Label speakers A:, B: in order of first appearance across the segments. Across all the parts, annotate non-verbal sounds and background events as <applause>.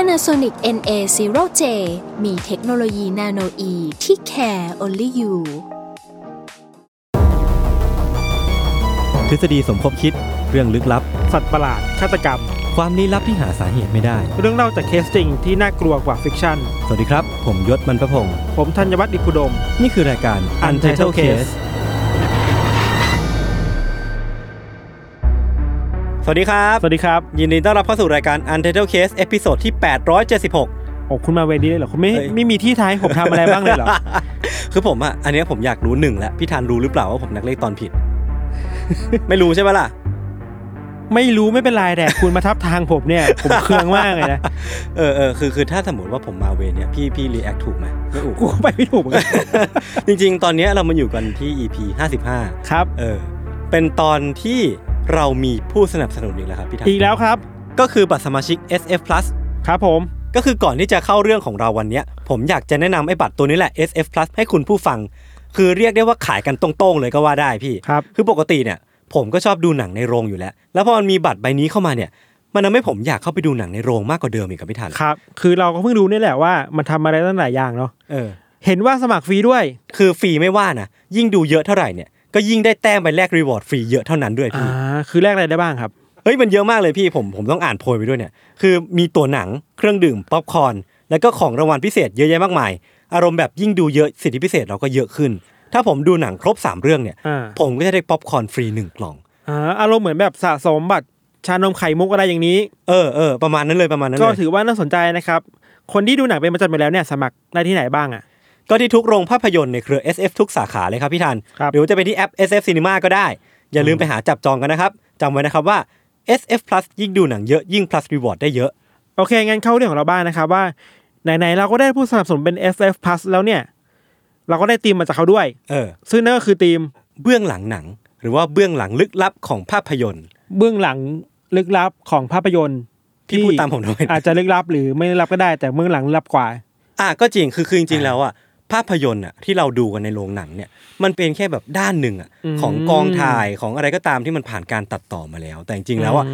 A: Panasonic NA0J มีเทคโนโลยีนาโนอีที่ care only you
B: ทฤษฎีสมคบคิดเรื่องลึกลับ
C: สัตว์ประหลาด ฆาตกรรม
B: ความลี้ลับที่หาสาเหตุไม่ได้
C: เรื่องเล่าจากเคสจริงที่น่ากลัวกว่าฟิกชั่น
B: สวัสดีครับ ผมยศมันประพงศ์
C: ผมธัญวัฒน์อิพุดม
B: นี่คือรายการ Untitled Case สวัสดีครับ
C: สวัสดีครับ
B: ยินดีต้อนรับเข้าสู่รายการ Untitled Case เอพิโซดที่ 876
C: โอ้คุณมาเวรนี้เลยเหรอ คุณไม่
B: เฮ้ย
C: ไม่มีที่ท้ายผมทำอะไรบ้างเลยเหรอ
B: <laughs> คือผมอ่ะ อันเนี้ยผมอยากรู้หนึ่งแล้วพี่ธันรู้หรือเปล่าว่าผมนักเลขตอนผิด <laughs> ไม่รู้ใช่ไหมล่ะ
C: <laughs> ไม่รู้ไม่เป็นไรแต่คุณมาทับทางผมเนี่ย <laughs> ผมเคืองมากเลยนะ
B: เออเออคือคือถ้าสมมติว่าผมมาเวรเนี่ยพี่พี่รีแอคถูกไหมไม่ถูก
C: กูก็ไปไม่ถูกเหมือนกัน
B: <laughs> จริงๆ ตอนเนี้ยเรามาอยู่กันที่ EP 55
C: ครับ
B: เออ เป็นตอนที่เรามีผู้สนับสนุนอีกแล้วครับพี่ทัน
C: อีกแล้วครับ
B: ก็คือบัตรสมาชิก SF Plus
C: ครับผม
B: ก็คือก่อนที่จะเข้าเรื่องของเราวันเนี้ย ผมอยากจะแนะนำไอ้บัตรตัวนี้แหละ SF Plus ให้คุณผู้ฟัง คือเรียกได้ว่าขายกันตรงๆ เลยก็ว่าได้พี่
C: ครับ
B: คือปกติเนี่ย ผมก็ชอบดูหนังในโรงอยู่แล้ว แล้วพอมันมีบัตรใบนี้เข้ามาเนี่ย มันทำให้ผมอยากเข้าไปดูหนังในโรงมากกว่าเดิมอีกครับพี่ทัน
C: ครับ คือเราก็เพิ่งรู้เนี่ยแหละว่ามันทำอะไรตั้งหลายอย่างเนาะ
B: เออ
C: เห็นว่าสมัครฟรีด้วย
B: คือฟรีไม่ว่านะ ยิ่งดูเยอะเท่าไหร่เนี่ย ก็ยิ่งได้แต้มไปแลกรีวอร์ดฟรีเยอะเท่านั้นด้วย
C: อ่า
B: พี่
C: คือแลกอะไรได้บ้างครับ
B: เฮ้ยมันเยอะมากเลยพี่ผมผมต้องอ่านโพยไปด้วยเนี่ย คือมีตัวหนังเครื่องดื่มป๊อปคอร์นแล้วก็ของรางวัลพิเศษเยอะแยะมากมาย อารมณ์แบบยิ่งดูเยอะสิทธิพิเศษเราก็เยอะขึ้น ถ้าผมดูหนังครบ 3 เรื่องเนี่ย
C: อ่า
B: ผมก็จะได้ป๊อปคอร์นฟรีหนึ่งกล่อง
C: อ่า อารมณ์เหมือนแบบสะสมบัตรชานมไข่มุกอะไรอย่างนี้
B: เออเออประมาณนั้นเลยประมาณนั้น
C: ก็
B: เลย
C: ถือว่าน่าสนใจนะครับ คนที่ดูหนังเป็นประจำไปแล้วเนี่ยสมัครได้ที่ไหนบ้างอ่ะ
B: ก็ที่ทุกโรงภาพยนตร์ในเครือ SF ทุกสาขาเลยครับพี่ทัน
C: ครับ
B: หรือว่าจะไปที่แอป SF Cinema ก็ได้ อย่าลืมไปหาจับจองกันนะครับจำไว้นะครับว่า SF Plus ยิ่งดูหนังเยอะยิ่ง plus reward ได้เยอะ
C: โอเค งั้นเข้าเรื่องของเราบ้างนะครับว่า ไหนๆเราก็ได้ผู้สนับสนุนเป็น SF Plus แล้วเนี่ย เราก็ได้ทีมมาจากเขาด้วย
B: เออ
C: ซึ่งนั่นก็คือทีม
B: เบื้องหลังหนัง หรือว่าเบื้องหลังลึกลับของภาพยนตร์
C: เบื้องหลังลึกลับของภาพยนตร์
B: พี่พูดตามผมทำไม
C: อาจจะลึกลับหรือไม่ลึกลับก็ได้ แต่เบื้องหลังลึกลับกว่า
B: อ่ะก็จริงคือคือจริงๆแล้วอ่ะภาพยนตร์อ่ะที่เราดูกันในโรงหนังเนี่ย มันเป็นแค่แบบด้านหนึ่งอ่ะ
C: อืม
B: ของกองถ่ายของอะไรก็ตามที่มันผ่านการตัดต่อมาแล้ว แต่จริงๆแล้วอ่ะ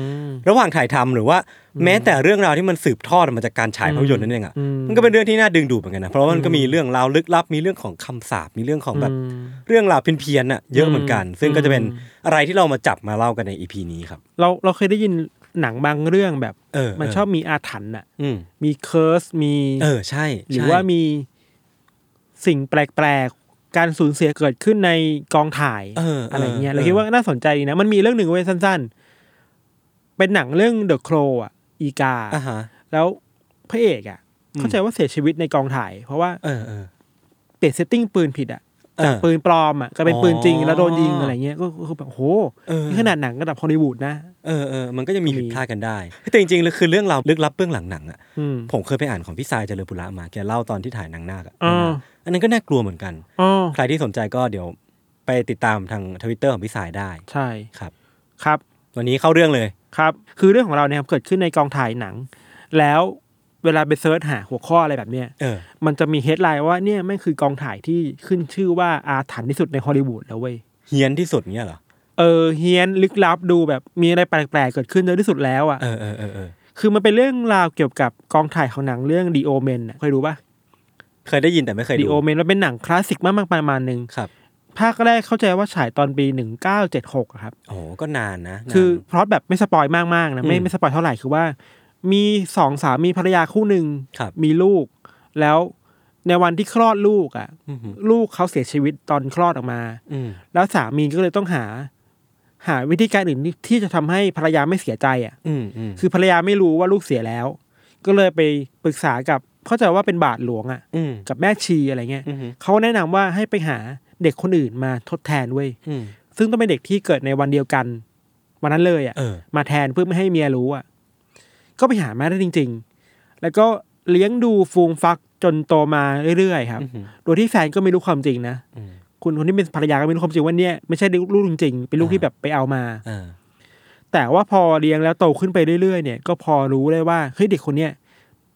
B: ระหว่างถ่ายทำหรือว่าแม้แต่เรื่องราวที่มันสืบทอดมาจากการฉายภาพยนตร์นั่นเองอ่ะมันก็เป็นเรื่องที่น่าดึงดูดเหมือนกันนะเพราะว่ามันก็มีเรื่องราวลึกลับมีเรื่องของคำสาปมีเรื่องของแบบเรื่องราวเพี้ยนๆอ่ะเยอะเหมือนกัน ซึ่งก็จะเป็นอะไรที่เรามาจับมาเล่ากันในอีพีนี้ครับ
C: เราเราเคยได้ยินหนังบางเรื่องแบบ
B: เออ
C: มันชอบมีอาถรรพ์อ่ะ
B: อืม
C: มีเคิร์สมี
B: เออใช่
C: หรือ
B: ใช่
C: ว่ามีสิ่งแปลกๆ การสูญเสียเกิดขึ้นในกองถ่าย
B: เออเอออ
C: ไรเงี้ยเรา
B: เออ
C: คิดว่าน่าสนใจดีนะ มันมีเรื่องหนึ่งเว้ยสั้นๆ เป็นหนังเรื่อง The Crow อ่ะ อีกา
B: อ่าฮะ
C: แล้วพระเอกอ่ะ
B: อืม
C: เข้าใจว่าเสียชีวิตในกองถ่าย เพราะว่า
B: เออเออ
C: เปลี่ยนเซตติ้งปืนผิดอ่ะ
B: เออ
C: ปืนปลอมอ่ะก็เป็นปืนจริง
B: อ๋อ
C: แล้วโดนยิงอะไรเงี้ยก็คือแบบโห
B: เออ
C: นี่ขนาดหนังระดับฮอลลีวูดนะ
B: เออเออมันก็จะมี
C: ก็มี
B: ผิดพลาดกันได้ แต่จริงๆแล้วคือเรื่องราวลึกลับเบื้องหลังหนังอ่ะ
C: อืม
B: ผมเคยไปอ่านของพี่ทรายเจริญปุระมา แกเล่าตอนที่ถ่ายหนางนาคอะ
C: อ่า
B: อันนั้นก็น่ากลัวเหมือนกัน
C: อ๋อ
B: ใครที่สนใจก็เดี๋ยวไปติดตามทางทวิตเตอร์ของพี่ทรายได้
C: ใช่
B: ครับ
C: ครับ
B: วันนี้เข้าเรื่องเลย
C: ครับคือเรื่องของเราเนี่ยครับเกิดขึ้นในกองถ่ายหนัง แล้วเวลาไปเซิร์ชหาหัวข้ออะไรแบบเนี้ย
B: เออ
C: มันจะมีเฮดไลน์ว่าเนี่ยแม่งคือกองถ่ายที่ขึ้นชื่อว่าอาถรรพ์ที่สุดในฮอลลีวูดแล้วเว้ย
B: เฮี้ยนที่สุดเนี้ยเหรอ
C: เออเฮียนลึกลับดูแบบมีอะไรแปลกๆเกิดขึ้นเยอะที่สุดแล้วอ่ะ
B: เออเออเออเออ
C: คือมันเป็นเรื่องราวเกี่ยวกับกองถ่ายของหนังเรื่องดีโอเมนะเคยดูปะ
B: เคยได้ยินแต่ไม่เคย
C: ดี
B: ดู
C: โอเมนมันเป็นหนังคลาสสิกมากๆประมาณหนึ่ง
B: ครับ
C: ภาคแรกเข้าใจว่าฉายตอนปีหนึ่งเก้าเจ็ดหกครับ
B: โอ้โหก็นานนะนาน
C: คือพล็อตแบบไม่สปอยมากๆนะไม่
B: อืม
C: ไม่สปอยเท่าไหร่คือว่า มีสองสามีภรรยาคู่หนึ่ง
B: ครับ
C: มีลูก แล้วในวันที่คลอดลูกอ่ะ
B: อืม
C: ลูกเขาเสียชีวิตตอนคลอดออกมา
B: อืม
C: แล้วสามีก็เลยต้องหา หาวิธีการอื่นที่ที่จะทำให้ภรรยาไม่เสียใจอ่ะ
B: อืมอืม
C: คือภรรยาไม่รู้ว่าลูกเสียแล้ว ก็เลยไปปรึกษากับเข้าใจว่าเป็นบาทหลวงอ่ะ
B: อืม
C: กับแม่ชีอะไรเงี้ย
B: อืม
C: เขาแนะนำว่าให้ไปหาเด็กคนอื่นมาทดแทนเว้ย
B: อืม
C: ซึ่งต้องเป็นเด็กที่เกิดในวันเดียวกันวันนั้นเลยอ่ะ
B: เออ
C: มาแทนเพื่อไม่ให้เมียรู้อ่ะ ก็ไปหามาได้จริง ๆ แล้วก็ เลี้ยงดูฟูงฟักจนโตมาเรื่อยๆครับ โดยที่แฟนก็ไม่รู้ความจริงนะ
B: อืม
C: คุณคนที่เป็นภรรยาก็ไม่รู้ความจริงว่าเนี่ยไม่ใช่ลูกจริงๆเป็นลูกที่แบบไปเอามา
B: อ่า
C: แต่ว่าพอเลี้ยงแล้วโตขึ้นไปเรื่อยๆเนี่ยก็พอรู้ได้ว่าเฮ้ยเด็กคนเนี้ย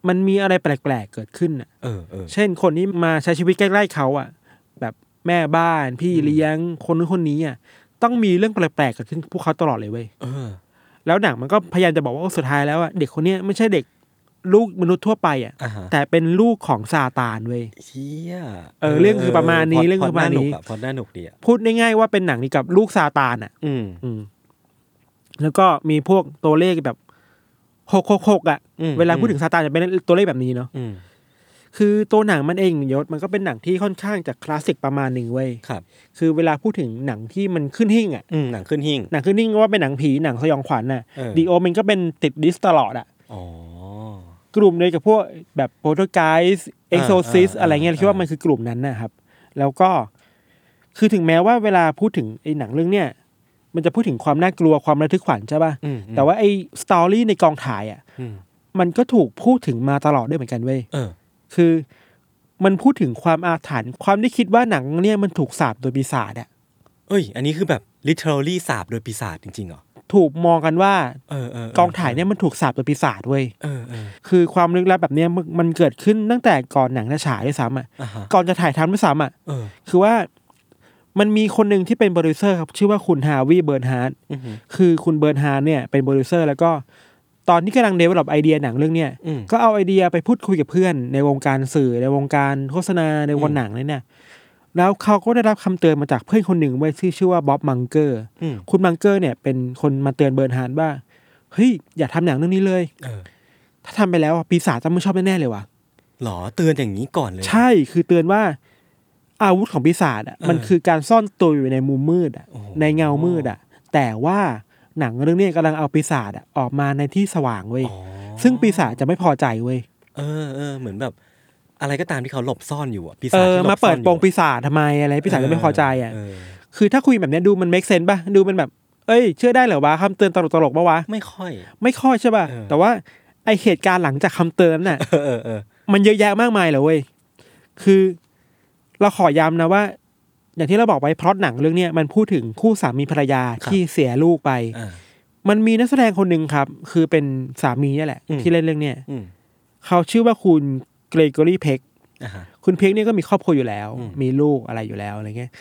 C: มันมีอะไรแปลกๆเกิดขึ้นน่ะ
B: เออเออ
C: เช่นคนที่มาใช้ชีวิตใกล้ๆเขาอ่ะ แบบแม่บ้านพี่เลี้ยงคนนู้นคนนี้อ่ะต้องมีเรื่องแปลกๆเกิดขึ้นกับพวกเขาตลอดเลยเว้ย
B: เออ
C: แล้วหนังมันก็พยายามจะบอกว่าโอ้สุดท้ายแล้วอ่ะเด็กคนเนี้ยไม่ใช่เด็กลูกมนุษย์ทั่วไปอ่ะ
B: อ่าฮะ
C: แต่เป็นลูกของซาตานเว้ย
B: เฮีย
C: เออเรื่องคือประมาณนี้เรื่องคือประมาณนี้
B: พอดน่าหนุกดีอ่ะ
C: พูดง่ายๆว่าเป็นหนังเกี่ยวกับลูกซาตานอ่ะ
B: อืม
C: อืมแล้วก็มีพวกตัวเลขแบบหกหกหกอ่ะ
B: อืม
C: เวลาพูดถึงซาตานจะเป็นตัวเลขแบบนี้เนาะ
B: อืม
C: คือตัวหนังมันเองยศมันก็เป็นหนังที่ค่อนข้างจะคลาสสิกประมาณหนึ่งเว้ย
B: ครับ
C: คือเวลาพูดถึงหนังที่มันขึ้นหิ่งอ่ะ
B: อืมหนังขึ้นหิ่ง
C: หนังขึ้นหิ่งว่าเป็นหนังผีหนังสยองขวัญน่ะ
B: เออ
C: ดีโอมันก็เป็นติดดิสตลอดอ่ะ
B: อ๋อ
C: กลุ่มเดียวกับพวกแบบโปรตุไกส์เอ็กโซซิส
B: อ่าอ่า
C: อะไรเงี้ย
B: อ่า
C: คิดว่ามันคือกลุ่มนั้นนะครับ แล้วก็คือถึงแม้ว่าเวลาพูดถึงไอ้หนังเรื่องเนี้ยมันจะพูดถึงความน่ากลัวความระทึกขวัญใช่ป่ะ
B: อืมอืม
C: แต่ว่าไอ้สตอรี่ในกองถ่ายอ่ะ
B: อืม
C: มันก็ถูกพูดถึงมาตลอดด้วยเหมือนกันเว้ย
B: เออ
C: คือมันพูดถึงความอาถรรพ์ความที่คิดว่าหนังเนี่ยมันถูกสาบโดยปีศาจอ่ะ
B: เอ้ย อันนี้คือแบบ literally สาบโดยปีศาจจริงๆเหรอ
C: ถูกมองกันว่า
B: เออเออก
C: องถ่ายเนี่ยมันถูกสาบโดยปีศาจเว้ย
B: เออเออ
C: คือความลึกลับแบบเนี้ยมันมันเกิดขึ้นตั้งแต่ก่อนหนังจะฉายด้วยซ้ำอ่ะ
B: อ่าฮะ
C: ก่อนจะถ่ายทำด้วยซ้ำอ่ะ
B: เออ
C: คือว่ามันมีคนหนึ่งที่เป็นโปรดิวเซอร์ครับ ชื่อว่าคุณฮาวิเบิร์นฮาร์ด
B: อืม
C: คือคุณเบิร์นฮาร์ดเนี่ยเป็นโปรดิวเซอร์แล้วก็ตอนที่กำลังเดเวล็อปไอเดียหนังเรื่องเนี้ย
B: อืม
C: ก็เอาไอเดียไปพูดคุยกับเพื่อน ในวงการสื่อในวงการโฆษณาในวงการหนังเนี่ยนะแล้วเขาก็ได้รับคำเตือนมาจากเพื่อนคนหนึ่งไว้ยที่ชื่อว่าบ๊อบมังเกอร์
B: อืม
C: คุณมังเกอร์เนี่ยเป็นคนมาเตือนเบิร์นฮาร์ดว่าเฮ้ยอย่าทำหนังเรื่องนี้เลย
B: เออ
C: ถ้าทำไปแล้วอะปีศาจจะไม่ชอบแน่ๆเลยว่ะ
B: หรอเตือนอย่างนี้ก่อนเลย
C: ใช่คือเตือนว่าอาวุธของปีศาจอ่ะ
B: เออ
C: มันคือการซ่อนตัวอยู่ในมุมมืดอ่ะ
B: โอ้โห
C: ในเงามืดอ่ะ แต่ว่าหนังเรื่องนี้กำลังเอาปีศาจอ่ะออกมาในที่สว่างเว้ย
B: อ๋อ
C: ซึ่งปีศาจจะไม่พอใจเว้ย
B: เออเออเหมือนแบบ อะไรก็ตามที่เขาหลบซ่อนอยู่อะปี
C: เอ
B: ศาจ
C: อ
B: ที่หล
C: มา
B: บซ่
C: เปิ
B: อ
C: ด
B: นอยู่
C: โปงปีศาจทำไมอะไรปีศาจจะไม่พอใจอ่ะ
B: เอ
C: คือถ้าคุยแบบเนี้ยดูมัน make sense ป่ะดูมันแบบ เอ้ย เชื่อได้เหรอวะคำเตือนตลกตลกๆปะวะ
B: ไม่ค่อย
C: ไม่ค่อยใช่ป่ะ
B: เออ
C: แต่ว่าไอเหตุการณ์หลังจากคำเตือนนั้นน่ะ
B: เออเออเออ
C: มันเยอะแยะมากมายเลยเว้ย คือเราขอย้ำนะว่า อย่างที่เราบอกไปพล็อตหนังเรื่องเนี้ยมันพูดถึงคู่สามีภรรยาที่เสียลูกไป
B: อ่า
C: มันมีนักแสดงคนหนึ่งครับ คือเป็นสามีนี่แหละ
B: อืม
C: ที่เล่นเรื่องเนี้ย
B: อืม
C: เขาชื่อว่าคุณเกรกอรี่เพก
B: อ่าฮะ
C: คุณเพกเนี่ยก็มีครอบครัวอยู่แล้ว
B: อืม
C: มีลูกอะไรอยู่แล้วอะไรเงี้ย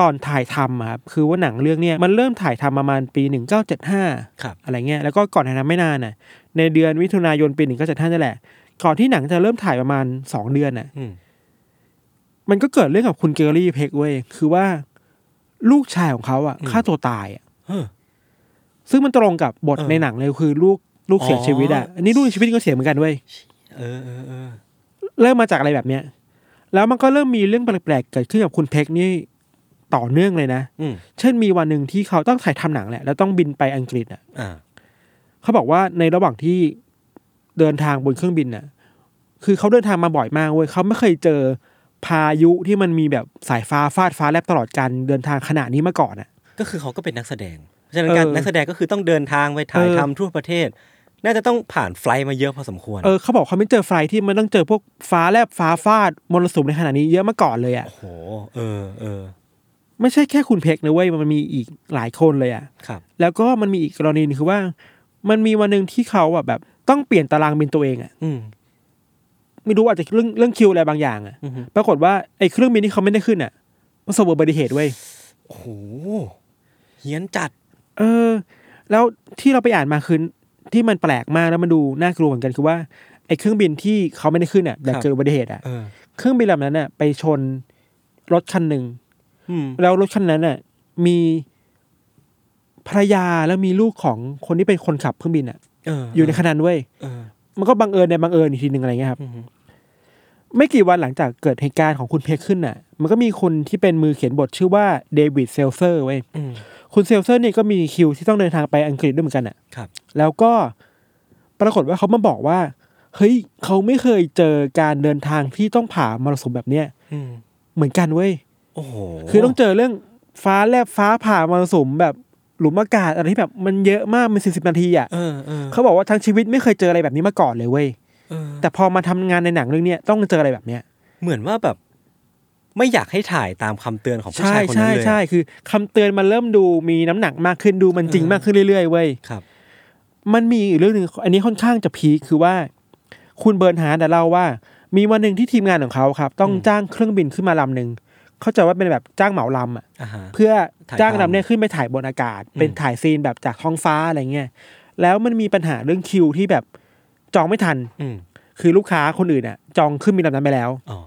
C: ก่อนถ่ายทำอะครับ คือว่าหนังเรื่องเนี้ยมันเริ่มถ่ายทำประมาณปีหนึ่งเก้าเจ็ดห้า
B: ครับ
C: อะไรเงี้ยแล้วก็ก่อนถ่ายทำไม่นานน่ะ ในเดือนมิถุนายนปีหนึ่งก็จะท่านนั่นแหละ ก่อนที่หนังจะเริ่มถ่ายประมาณสองเดือนน่ะ
B: อืม
C: มันก็เกิดเรื่องกับคุณเกอรี่เพกเว้ยคือว่าลูกชายของเขาอ่ะฆ่าตัวตายอ่ะ
B: เออ
C: ซึ่งมันตรงกับบท
B: เออ
C: ในหนังเลยคือลูกลูกเสีย
B: อ๋อ
C: ชีวิตอ่ะอันนี้ลูกเสียชีวิตก็เสียเหมือนกันเว้ย
B: เออเออเออ
C: เริ่มมาจากอะไรแบบเนี้ย แล้วมันก็เริ่มมีเรื่องแปลกๆเกิดขึ้นกับคุณเพกนี่ต่อเนื่องเลยนะ
B: อืม
C: เช่นมีวันหนึ่งที่เขาต้องถ่ายทำหนังแหละแล้วต้องบินไปอังกฤษอ่ะ
B: อ่า
C: เขาบอกว่าในระหว่างที่เดินทางบนเครื่องบินน่ะ คือเขาเดินทางมาบ่อยมากเว้ยเขาไม่เคยเจอพายุที่มันมีแบบสายฟ้าฟาดฟ้าแลบตลอดการเดินทางขนาดนี้มาก่อนอ่ะ
B: ก็คือเขาก็เป็นนักแสดงเพราะฉะนั้นการ
C: เออ
B: นักแสดงก็คือต้องเดินทางไปถ่าย
C: เออ
B: ทำทั่วประเทศ น่าจะต้องผ่านไฟลท์มาเยอะพอสมควร
C: เออเขาบอกเขาไม่เจอไฟล์ที่มันต้องเจอพวกฟ้าแลบฟ้าฟาดมรสุมในขนาดนี้เยอะมาก่อนเลยอ่ะ
B: โอ้โหเออเออ
C: ไม่ใช่แค่คุณเพกนะเว้ยมันมีอีกหลายคนเลยอ่ะ
B: ครับ
C: แล้วก็มันมีอีกกรณีหนึ่งคือว่า มันมีวันหนึ่งที่เขาอ่ะแบบต้องเปลี่ยนตารางบินตัวเองอ่ะ
B: อืม
C: ไม่รู้อาจจะเรื่องเรื่องคิวอะไรบางอย่างอ่ะ
B: อืม
C: ปรากฏว่าไอ้เครื่องบินที่เขาไม่ได้ขึ้นอ่ะประสบอุบัติเหตุเว้ย
B: โอ้โหเฮี้ยนจัด
C: เออ แล้วที่เราไปอ่านมาคือที่มันแปลกมากแล้วมันดูน่ากลัวเหมือนกันคือว่าไอ้เครื่องบินที่เขาไม่ได้ขึ้นอ่ะแต่
B: ครับ
C: เกิดอุบัติเหตุอ่ะ
B: เออ
C: เครื่องบินลำนั้นอ่ะไปชนรถคันหนึ่ง
B: อืม
C: แล้วรถคันนั้นอ่ะมีภรรยาแล้วมีลูกของคนที่เป็นคนขับเครื่องบินอ่ะ
B: เออ
C: อยู่ในคันนั้นเว้ย
B: เออ
C: มันก็บังเอิญในบังเอิญอีกทีหนึ่งอะไรเงี้ยครับ
B: อืม
C: ไม่กี่วันหลังจากเกิดเหตุการณ์ของคุณเพคขึ้นอ่ะ มันก็มีคนที่เป็นมือเขียนบทชื่อว่าเดวิดเซลเซอร์เว้ย
B: อืม
C: คุณเซลเซอร์เนี่ยก็มีคิวที่ต้องเดินทางไปอังกฤษด้วยเหมือนกันอ่ะ
B: ครับ
C: แล้วก็ปรากฏว่าเขามาบอกว่า เฮ้ยเขาไม่เคยเจอการเดินทางที่ต้องผ่ามรสุมแบบเนี้ย
B: อืม
C: เหมือนกันเว้ย
B: โอ้โห
C: คือต้องเจอเรื่องฟ้าแลบฟ้าผ่ามรสุมแบบหลุมอากาศอะไรที่แบบมันเยอะมากมันสี่สิบนาทีอ่ะ
B: เออเออ
C: เขาบอกว่าทั้งชีวิตไม่เคยเจออะไรแบบนี้มาก่อนเลยเว้ย แต่พอมาทำงานในหนังเรื่องเนี้ยต้องเจออะไรแบบเนี้ย
B: เหมือนว่าแบบ ไม่อยากให้ถ่ายตามคำเตือนของผู้
C: ใช่
B: ชายคนนั้
C: ใช่
B: นเลย
C: ใช่คือคำเตือนมันเริ่มดูมีน้ำหนักมากขึ้นดูมันจริงมากขึ้นเรื่อยๆเว้ย
B: ครับ
C: มันมีอีกเรื่องหนึ่งอันนี้ค่อนข้างจะพีคคือว่า คุณเบิร์นฮาร์ดอะเล่าว่า มีวันหนึ่งที่ทีมงานของเขาครับ ต้องจ้างเครื่องบินขึ้นมาลำหนึ่งเข้าใจว่าเป็นแบบจ้างเหมาลำอะ
B: อ่าฮะ
C: เพื่อจ้าง
B: ถ่ายภาพ
C: ลำเนี่ยขึ้นไปถ่ายบนอากาศ เป็นถ่ายซีนแบบจากท้องฟ้าอะไรเงี้ยแล้วมันมีปัญหาเรื่องคิวที่แบบจองไม่ทัน
B: อืม
C: คือลูกค้าคนอื่นอ่ะ จองขึ้นบินลำนั้นไปแล้ว <laughs>
B: อ๋อ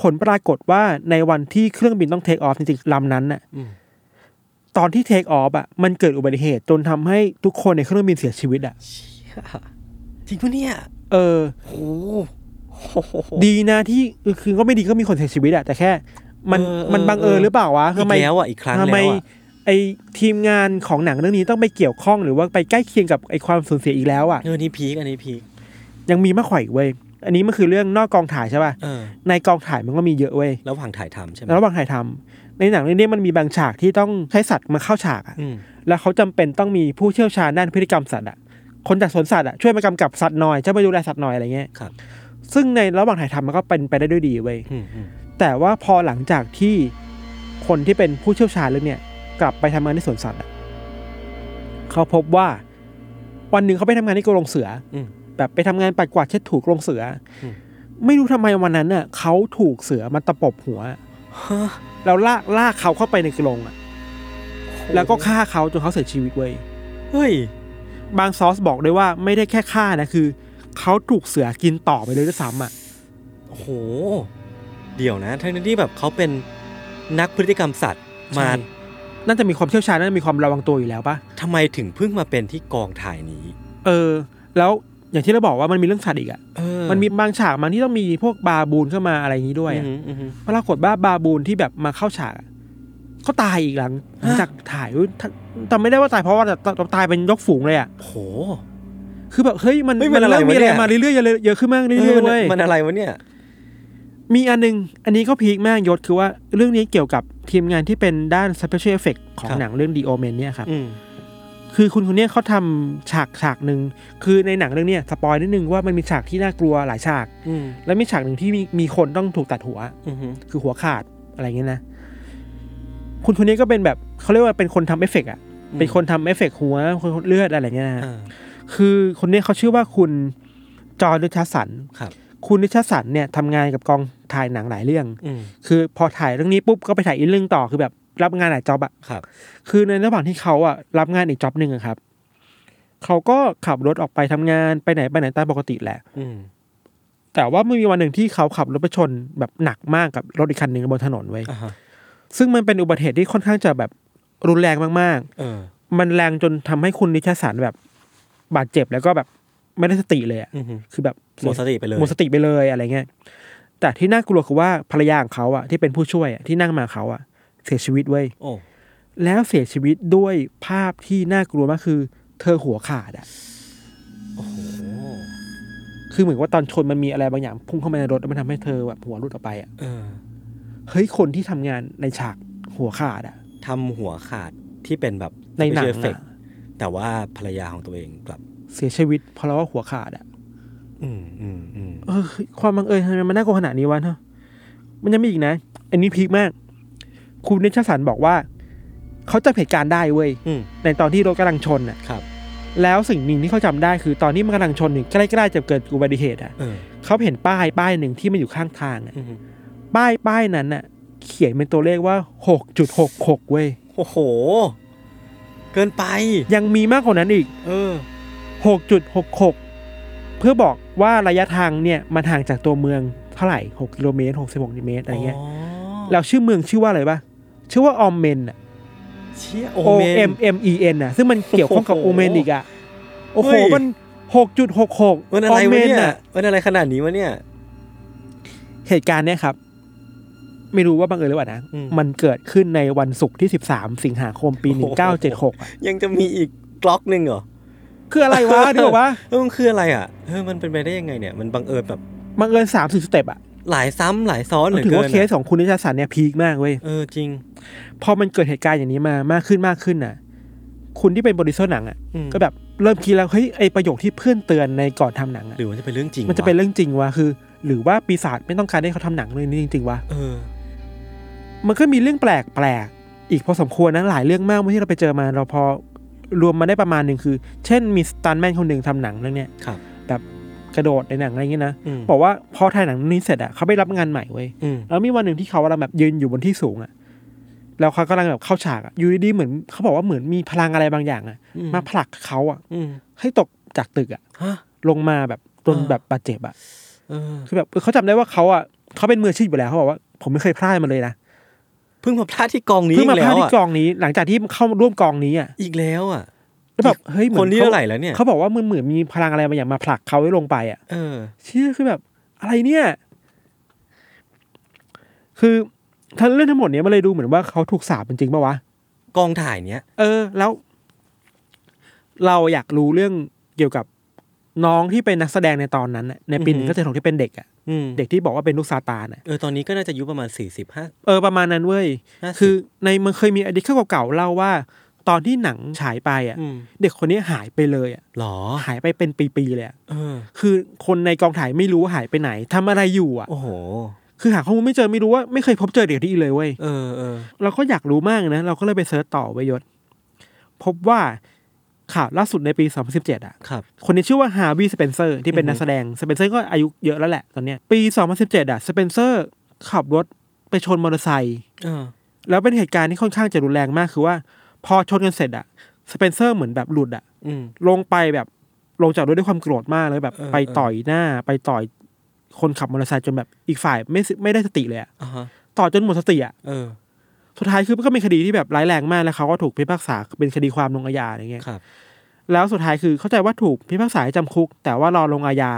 C: ผลปรากฏว่าในวันที่เครื่องบินต้องเทคออฟจริงๆลำนั้นน่ะ
B: อืม
C: ตอนที่เทคออฟอ่ะมันเกิดอุบัติเหตุจนทำให้ทุกคนในเครื่องบินเสียชีวิตอ่ะ
B: จริงปะเนี่ย
C: เออ
B: โอ้โห
C: ดีนะที่คือก็ไม่ดีก็มีคนเสียชีวิตอะแต่แค่ มัน
B: เออเออ
C: มันบังเอิญ
B: เออ
C: หรือเปล่าวะ
B: อีก
C: ทำไม
B: แล้วอะอีกครั้ง
C: ทำไม
B: แล้วอะ
C: ไอทีมงานของหนังเรื่องนี้ต้องไปเกี่ยวข้องหรือว่าไปใกล้เคียงกับไอความสูญเสียอีกแล้วอะ
B: เออนี่พีคอันนี้พีค
C: ยังมีมากกว่าอีกเว้ยอันนี้มันคือเรื่องนอกกองถ่ายใช่ป่ะ
B: เออ
C: ในกองถ่ายมันก็มีเยอะเว้ย
B: ระหว่างถ่ายทำใช่ไหม
C: ระหว่างถ่ายทำในหนังเรื่องนี้มันมีบางฉากที่ต้องใช้สัตว์มาเข้าฉากอะ
B: อืม
C: แล้วเขาจำเป็นต้องมีผู้เชี่ยวชาญด้านพฤติกรรมสัตว์อะคนจากสวนสัตว์อะช่วยมากำกับสัตว์หน่อยช่วยมาดูแลสัตว์หน่อยอะไรเงี้ย
B: ครับ
C: ซึ่งในระหว่างถ่ายทำมันก็เป็นไปได้ด้วยดีเว้ย
B: อืมอืม
C: แต่ว่าพอหลังจากที่คนที่เป็นผู้เชี่ยวชาญเรื่องเนี่ยกลับไปทำงานที่สวนสัตว์อะเขาพบว่าวันหนึ่งเขาไปทำงานที่กรงเสือ
B: อืม
C: แบบไปทำงานปัดกวาดเช็ดถูกรงเสืออ
B: ม
C: ไม่รู้ทำไมวันนั้นน่ะเขาถูกเสือมาตะปบหัวแล้วลากลากเขาเข้าไปในกรงอะแล้วก็ฆ่าเขาจนเขาเสียชีวิตเว้ย
B: เฮ้ย
C: บางซอสบอกด้วยว่าไม่ได้แค่ฆ่านะคือเขาถูกเสือกินต่อไปเลยด้วยซ้ำอ่ะ
B: โอ้โห เดี๋ยวนะทั้งที่แบบเขาเป็นนักพฤติกรรมสัตว์
C: ใช่
B: มา
C: น่าจะมีความเชี่ยวชาญน่าจะมีความระวังตัวอยู่แล้วปะ
B: ทำไมถึงเพิ่งมาเป็นที่กองถ่ายนี้
C: เออ แล้วอย่างที่เราบอกว่ามันมีเรื่องสัตว์อีกอะ่ะ
B: เออ
C: มันมีบางฉากมันที่ต้องมีพวกบาบูนเข้ามาอะไรอย่างนี้ด้วย
B: อื
C: อะ
B: มอืมอืม
C: ปรากฏว่าบาบูนที่แบบมาเข้าฉากอะก็ตายอีกหลังหลัง
B: ฮะ
C: จากถ่ายอุ๊ยถ้าจำไม่ได้ว่าตายเพราะว่าแต่แต่ตายเป็นยกฝูงเลยอะ่ะ
B: โห
C: คือแบบเฮ้ยมัน
B: เฮ้ยมันอะไร
C: เริ่มมีอะ
B: วะ
C: ไร
B: เนี่ย
C: มาเรื่อยๆเยอะเยอะขึ้นมากเรื่อยๆ
B: มัน
C: เว้ย
B: มันอะไรวะเนี่ย
C: มีอันนึง อันนี้ก็พีคมากยศคือว่าเรื่องนี้เกี่ยวกับทีมงานที่เป็นด้าน special effect ของ
B: ครับ
C: หนังเรื่อง The Omen เนี่ยครับ
B: อืม
C: คือคุณคนเนี้ยเขาทำฉากฉากหนึ่งคือในหนังเรื่องเนี้ยสปอยนิดนึงว่ามันมีฉากที่น่ากลัวหลายฉาก
B: อืม
C: แล้วมีฉากหนึ่งที่มีมีคนต้องถูกตัดหัว
B: อืม
C: คือหัวขาดอะไรเงี้ยนะ คุณคนนี้ก็เป็นแบบเขาเรียกว่าเป็นคนทำเอฟเฟกต์อ่ะ เป็นคนทำเอฟเฟกต์หัวคนเลือดอะไรเงี้ยนะ
B: อ่า
C: คือคนเนี้ยเขาชื่อว่าคุณจอร์นริชาร์ดสัน
B: ครับ
C: คุณริชาร์ดสันเนี่ยทำงานกับกองถ่ายหนังหลายเรื่อง
B: อืม
C: คือพอถ่ายเรื่องนี้ปุ๊บก็ไปถ่ายอีกเรื่องต่อคือแบบรับงานหลายจ็อบอะ
B: ครับ
C: คือในระหว่างที่เขาอ่ะรับงานอีกจ็อบหนึ่งอะครับ เขาก็ขับรถออกไปทำงานไปไหนไปไหนตามปกติแหละ
B: อืม
C: แต่ว่ามันมีวันหนึ่งที่เขาขับรถไปชนแบบหนักมากกับรถอีกคันหนึ่งบนถนนไว้ย
B: อ่าฮะ
C: ซึ่งมันเป็นอุบัติเหตุที่ค่อนข้างจะแบบรุนแรงมาก
B: เออ
C: ๆ มันแรงจนทำให้คุณนิชาสารแบบบาดเจ็บแล้วก็แบบไม่ได้สติเลยอะ
B: อืมฮึ
C: คือแบบ
B: หมดสติไปเลย
C: หมดสติไปเลยอะไรเงี้ย แต่ที่น่ากลัวคือว่าภรรยาของเขาอ่ะที่เป็นผู้ช่วยอะที่นั่งมาเขาอ่ะเสียชีวิตเว้ย
B: โอ้
C: แล้วเสียชีวิตด้วยภาพที่น่ากลัวมากคือ เธอหัวขาดอะ
B: โอ้
C: คือเหมือนว่าตอนชนมันมีอะไรบางอย่างพุ่งเข้ามาในรถแล้วมันทำให้เธอแบบหัวหลุดออกไปอะ
B: เออ
C: เฮ้ยคนที่ทำงานในฉากหัวขาดอะ
B: ทำหัวขาดที่เป็นแบบ
C: ในหนัง
B: special effect
C: อะ
B: แต่ว่าภรรยาของตัวเองกลับ
C: เสียชีวิตเพราะว่าหัวขาดอะ
B: อืมอืมอืม
C: เออความบังเอิญทำไมมันน่ากลัวขนาดนี้วะเนาะมันยังมีอีกนะ อันนี้พีคมาก คุณนิชสันบอกว่า เขาจับเหตุการณ์ได้เว้ย
B: อืม
C: ในตอนที่รถกำลังชนอะ
B: ครับ
C: แล้วสิ่งหนึ่งที่เขาจำได้คือตอนที่มันกำลังชนอยู่ใกล้ๆจะเกิดอุบัติเหตุอะ
B: เออ
C: เขาเห็นป้ายป้ายหนึ่งที่มันอยู่ข้างทางอะ
B: อืม
C: ป้ายป้ายนั้นน่ะ เขียนเป็นตัวเลขว่า 6.66 เว้ย
B: โอ้โห เกินไป
C: ยังมีมากกว่านั้นอีก
B: เออ
C: 6.66 เพื่อบอกว่าระยะทางเนี่ยมันห่างจากตัวเมืองเท่าไหร่ 6 กิโลเมตร 66กิโลเมตร อะไรเงี้ยแล้วชื่อเมืองชื่อว่าอะไรปะชื่อว่าออมเมนอะ
B: เชี่ยโอ
C: O
B: เม
C: M
B: น
C: M E N อะซึ่งมันเกี่ยวข้องกับโอ
B: โอ้โห
C: เมนอีกอะโอ้โห
B: เฮ้ย
C: มัน 6.66
B: มันอะไรวะเนี่ย
C: อะ
B: มันอะไรขนาดนี้วะเนี่ย
C: เหตุการณ์เนี่ยครับ ไม่รู้ว่าบังเอิญหรือเปล่านะ
B: อืม
C: มันเกิดขึ้นในวันศุกร์ที่ 13 สิงหาคมปี
B: โอ้โห
C: 1976อะ
B: ยังจะมีอีกกล็อกหนึ่งเหรอ
C: คืออะไร
B: <laughs>
C: วะเดี๋ยววะ
B: เออมันคืออะไรอ่ะเออมันเป็นไปได้ยังไงเนี่ย มันบังเอิญแบบ
C: บังเอิญสามสิบสเต็ปอะ
B: หลายซ้ำหลายซ้อนเหลือ
C: ถือ
B: เกิ
C: ว่าน เคสของคุณนิชาสันเนี่ยพีคมากเว้ย
B: เออจริง
C: พอมันเกิดเหตุการณ์อย่างนี้มามากขึ้นมากขึ้นน่ะ คุณที่เป็นโปรดิวเซอร์หนังอะ
B: อืม
C: ก็แบบ เริ่มคิดแล้วเฮ้ยไอประโยคที่เพื่อนเตือนในก่อนทำหนังอะ
B: หรือมันจะเป็นเรื่องจริง
C: มันจะเป็นเรื่องจริงวะคือ หรือว่าปีศาจไม่ต้องการให้เขาทำหนังเลยนี่จริงๆวะ
B: เออ
C: มันก็มีเรื่องแปลกแปลกๆอีกพอสมควรนะหลายเรื่องมากที่เราไปเจอมาเราพอรวมมาได้ประมาณหนึ่งคือ เช่นมีสตันแมนคนหนึ่งทำหนังเรื่องเนี้ย
B: ครับ
C: แบบกระโดดในหนังอะไรอย่างเงี้ยนะ
B: อืม
C: บอกว่าพอถ่ายหนังเรื่องนี้เสร็จอะเขาไปรับงานใหม่เว้ย
B: อืม
C: แล้วมีวันหนึ่งที่เขากำลังแบบยืนอยู่บนที่สูงอะ่ะ แล้วเขากำลังแบบเข้าฉากอะ่ะ อยู่ดีๆเหมือนเขาบอกว่าเหมือนมีพลังอะไรบางอย่างอะ่ะ
B: อื
C: มาผลักเขาอะ่ะ
B: อืม
C: ให้ตกจากตึกอะ่ะ
B: ฮะ
C: ลงมาแบบจน
B: อ่า
C: แบบบาดเจ็บอะ่ะ
B: เออ
C: คือแบบเขาจำได้ว่าเขาอะ่ะเขาเป็นมืออาชีพอยู่แล้วเขาบอกว่าผมไม่เคยพลาดมาเลยนะ
B: เพิ่งมาพลาดที่กองนี้
C: เพิ่งมา
B: อีก
C: พ
B: แล้
C: ลาด
B: ว
C: ที่
B: อ่ะ
C: กองนี้หลังจากที่เข้าร่วมกองนี้อะ่ะ
B: อีกแล้วอ่ะ
C: แล้วแบบเฮ้ยเหมือ
B: คน
C: น
B: ที่
C: เขา
B: เท่าไหร่แล้วเนี่ย
C: เขาบอกว่ามันเหมือนมีพลังอะไรบางอย่างมาผลักเขาให้ลงไปอ่ะ
B: เออ
C: เชื่อคือแบบอะไรเนี่ย คือทั้งเรื่องทั้งหมดเนี้ยมันเลยดูเหมือนว่าเขาถูกสาปจริงๆปะวะ
B: กองถ่ายเนี้ย
C: เออ แล้ว เราอยากรู้เรื่องเกี่ยวกับน้องที่เป็นนักแสดงในตอนนั้นน่ะในปี
B: อือ
C: ห
B: ฮึ
C: นึ่งก็จะถกที่เป็นเด็กอะ
B: อืม
C: เด็กที่บอกว่าเป็นลูกซาตานอะ
B: เออตอนนี้ก็น่าจะอายุประมาณสี่สิบห้า
C: เออประมาณนั้นเว้ย
B: ห้าสิบ
C: คือในมันเคยมีอดีตเก่าๆเล่าว่า ตอนที่หนังฉายไปอะ
B: ม
C: เด็กคนนี้หายไปเลยอะ
B: หรอ
C: หายไปเป็นปีๆเลยอะ
B: เออ
C: คือคนในกองถ่ายไม่รู้ว่าหายไปไหนทำอะไรอยู่อะ
B: โอ้โห
C: คือหาข้อมูลไม่เจอไม่รู้ว่าไม่เคยพบเจอเด็กที่อีเลยเว้ย
B: เออเออ
C: เราก็อยากรู้มากนะ เราก็เลยไปเสิร์ชต่อไวยศ พบว่าข่าวล่าสุดในปี 2017 อ่ะ
B: ครับ
C: คนนี้ชื่อว่าฮาวีสเปนเซอร์ที่เป็น
B: อือฮึ
C: นักแสดงสเปนเซอร์ก็อายุเยอะแล้วแหละตอนเนี้ยปี 2017 อ่ะสเปนเซอร์ขับรถไปชนมอเตอร์ไซค์
B: เออ
C: แล้วเป็นเหตุการณ์ที่ค่อนข้างจะรุนแรงมากคือว่า พอชนกันเสร็จอ่ะสเปนเซอร์เหมือนแบบหลุดอ่ะ
B: อืม
C: ลงไปแบบลงจากรถด้วยความโกรธมากเลยแบบ
B: เออ
C: ไปต่อยหน้า ไปต่อยคนขับมอเตอร์ไซค์จนแบบอีกฝ่ายไม่ไม่ได้สติเลยอะ
B: อ่าฮะ
C: ต่อจนหมดสติอ่ะ
B: เออ
C: สุดท้ายคือก็มีคดีที่แบบร้ายแรงมากแล้วเขาก็ถูกพิพากษาเป็นคดีความลงอาญาอย่างเงี้ย
B: ครับ
C: แล้วสุดท้ายคือเข้าใจว่าถูกพิพากษาให้จำคุก แต่ว่ารอลงอาญา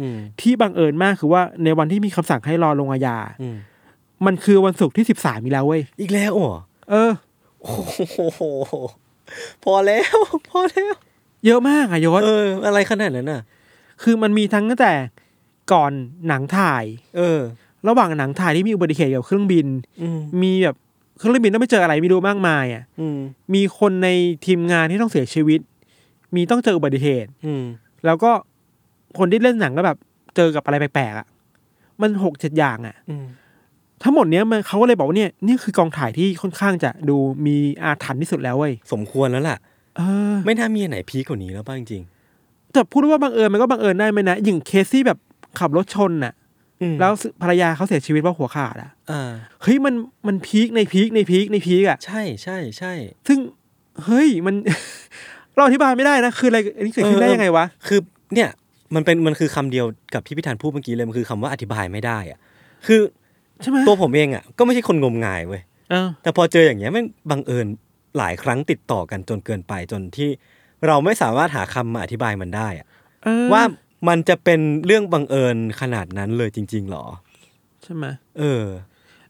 B: อืม
C: ที่บังเอิญมากคือว่าในวันที่มีคำสั่งให้รอลงอาญา
B: อืม
C: มันคือวันศุกร์ที่สิบสามมีแล้วเว้ย
B: อีกแล้วเหรอ
C: เออ
B: โอ้โหพอแล้ว <laughs> พอแล้ว
C: เยอะมากอะยศ
B: เออ อะไรขนาดนั้นอ่ะ
C: คือมันมีทั้งตั้งแต่ก่อนหนังถ่าย
B: เออ
C: ระหว่างหนังถ่ายที่มีอุบัติเหตุเกี่ยวกับเครื่องบิน
B: อืม
C: มีแบบเครื่องบินต้องไปเจออะไรไม่รู้มากมายอ่ะ
B: อืม
C: มีคนในทีมงานที่ต้องเสียชีวิต มีต้องเจออุบัติเหตุ
B: อืม
C: แล้วก็คนที่เล่นหนังก็แบบเจอกับอะไรแปลกๆอ่ะ มันหกเจ็ดอย่างอ่ะ
B: อืม
C: ทั้งหมดเนี้ยมันเขาก็เลยบอกว่าเนี่ยนี่คือกองถ่ายที่ค่อนข้างจะดูมีอาถรรพ์ที่สุดแล้วเว้ย
B: สมควรแล้วล่ะ
C: เออ
B: ไม่น่ามีอันไหนพีคกว่านี้แล้วป่ะจริง
C: แต่พูดว่าบังเอิญมันก็บังเอิญได้ไหมนะอย่างเคสที่แบบขับรถชนน่ะ
B: ๆอืม
C: แล้วภรรยาเขาเสียชีวิตเพราะหัวขาดอ่ะ
B: อ่า
C: เฮ้ยมันมันพีคในพีคในพีคในพีคอ่ะ
B: ใช่ใช่ใช่
C: ซึ่งเฮ้ยมัน <laughs> เราอธิบายไม่ได้นะคืออะไรอันนี้เกิดขึ้นได้ยังไงวะ
B: คือเนี่ยมันเป็นมันคือคำเดียวกับที่พี่ธันพูดเมื่อกี้เลยมันคือคำว่าอธิบายไม่ได้อะคือ
C: ใช่ไหม
B: ตัวผมเองอ่ะก็ไม่ใช่คนงมงายเว้ย
C: เออ
B: แต่พอเจออย่างเงี้ยมันบังเอิญหลายครั้งติดต่อกันจนเกินไปจนที่เราไม่สามารถหาคำมาอธิบายมันได้อะ
C: เออ
B: ว่ามันจะเป็นเรื่องบังเอิญขนาดนั้นเลยจริง ๆหรอ
C: ใช่ไหม
B: เออ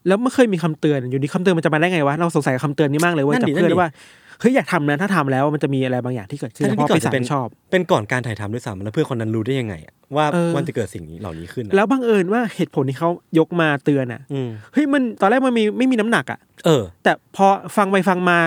C: แล้วไม่เคยมีคำเตือนอยู่ดีคำเตือนมันจะมาได้ไงวะเราสงสัยกับคำเตือนนี้มากเลยเว้ย
B: นั่น
C: จาก
B: ดิ
C: เพื่อ
B: นั่นดิ
C: นว่าเฮ้ยอยากทำนะถ้าทำแล้วมันจะมีอะไรบางอย่างที่เกิดขึ้น
B: ทั้งที่
C: เพราะ
B: ก่อน
C: ปีศาจ
B: จะเป็น
C: ไม่ชอบ
B: เป็นก่อนการถ่ายทำด้วยซ้ำแล้วเพื่อนคนนั้นรู้ได้ยังไงอะว่า
C: เออ
B: วันจะเกิดสิ่งนี้เหล่านี้ขึ้นอะ
C: แล้วบังเอิญว่าเหตุผลที่เขายกมาเตือนอ่ะ
B: อืม
C: เฮ้ยมันตอนแรกมันมีไม่มีน้ำหนักอ่ะ
B: เออ
C: แต่พอฟังไปฟังมา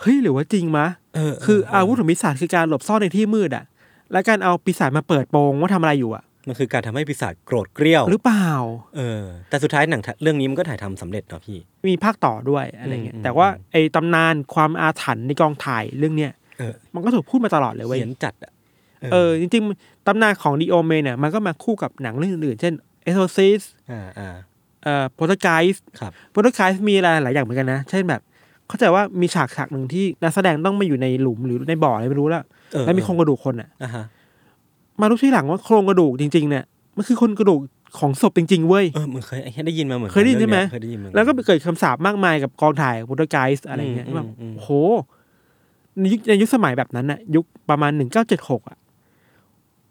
C: เฮ้ยหรือว่าจริงมะ
B: เออ
C: คืออาวุธของปีศาจคือการหลบซ่อนในที่มืดอ่ะ และการเอาปีศาจมาเปิดโปงว่าทำอะไรอยู่อ่ะ
B: มันคือการทำให้ปีศาจโกรธเกรี้ยว
C: หรือเปล่า
B: เออ แต่สุดท้ายหนังเรื่องนี้มันก็ถ่ายทำสำเร็จเนาะพี่
C: มีภาคต่อด้วยอะไรเงี้ย
B: อืม
C: แต่ว่า
B: อืม
C: ไอ้ตำนานความอาถรรพ์ในกองถ่ายเรื่องเนี้ย
B: เออ
C: มันก็ถูกพูดมาตลอดเลยเว้ย
B: เขียนจัดอะ
C: เออจริงๆ ตำนานของดีโอเมเนี่ยมันก็มาคู่กับหนังเรื่องอื่นๆ เช่น Exorcist
B: อ่าอ่า
C: เอ่อ Poltergeist
B: ครับ
C: Poltergeist มีอะไรหลายอย่างเหมือนกันนะ เช่นแบบ เข้าใจว่ามีฉากฉากหนึ่งที่นักแสดงต้องมาอยู่ในหลุมหรือในบ่ออะไรไม่รู้แล้ว
B: เออ
C: แล้วมีโครงกระดูกคนอ่ะ
B: อ่าฮะ
C: มารู้ที่หลังว่าโครงกระดูกจริงๆเนี่ยมันคือคนกระดูกของศพจริงๆเว้ย
B: เออมันเคยไอ้เหี้ยได้ยินมาเหมือนกัน
C: เคยได้ยินใช่ไหม
B: เรื่องเเคยได้ยินเหมือนน
C: แล้วก็เกิดคำสาปมากมายกับกองถ่ายโปรตุเกสอะไรเงี้ย
B: อืม
C: แบบ
B: อืมอืม
C: โหในยุคในยุคสมัยแบบนั้นน่ะ ยุคประมาณหนึ่งเก้าเจ็ดหกอ่ะ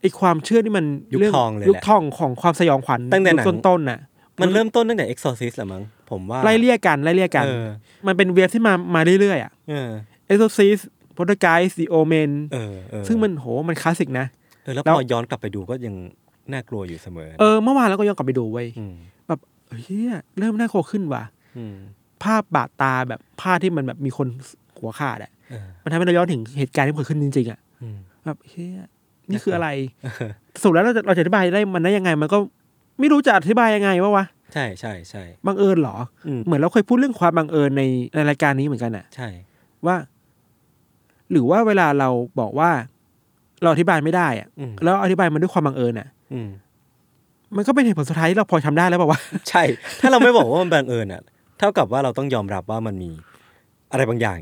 C: ไอความเชื่อที่มัน
B: ยุค
C: รื่
B: ทองเลย
C: ยุค
B: แหละ
C: ทองของความสยองขวัญ
B: ตั้งแต่หนัง
C: ยุคต้นๆน่ะ
B: มันเริ่มต้นตั้งแต่ exorcist แหละมั้งผมว่า
C: ไล่เลี่ยกันไล่เลี่ยกัน
B: เออ
C: มันเป็นเวฟที่มามาเรื่อยๆอ่ะ
B: เออ
C: เอโซซิสโปรตุเกสดีโอเมน
B: เออเออ
C: ซึ่งมันโหมันคลาสสิกนะ
B: เออแล้ว
C: แล้
B: พ
C: ว
B: อย้อนกลับไปดูก็ยังน่ากลัวอยู่เสมอ
C: เออเมื่อวานเราก็ย้อนกลับไปดูไว้ย
B: ม
C: แบบเฮียเริ่มน่ากลัวขึ้นว่ะ
B: อืม
C: ภาพบาดตาแบบภาพที่มันแบบมีคนหัวขาดอะ
B: เออ
C: มันทำให้เราย้อนถึงเหตุการณ์ที่เกิดขึ้นจริงๆอะ
B: อืม
C: แบบเฮ้ยนี่คืออะไรสรุปแล้วเราจะเราจะอธิบายได้มันได้ยังไง มันก็ไม่รู้จะอธิบายยังไงวะวะ
B: ใช่ใช่ใช่
C: บังเอิญเหรอ
B: อืม
C: เหมือนเราเคยพูดเรื่องความบังเอิญในในรายการนี้เหมือนกันอะ
B: ใช่
C: ว่า หรือว่าเวลาเราบอกว่า เราอธิบายไม่ได้อะ
B: อืม
C: แล้วอธิบายมันด้วยความบังเอิญอะ
B: อืม
C: มันก็เป็นเหตุผลสุดท้ายที่เราพอทำได้แล้วเปล่าวะ
B: ใช่ ถ้าเราไม่บอกว่ามันบังเอิญอ่ะ เท่ากับว่าเราต้องยอมรับว่ามันมีอะไรบางอย่าง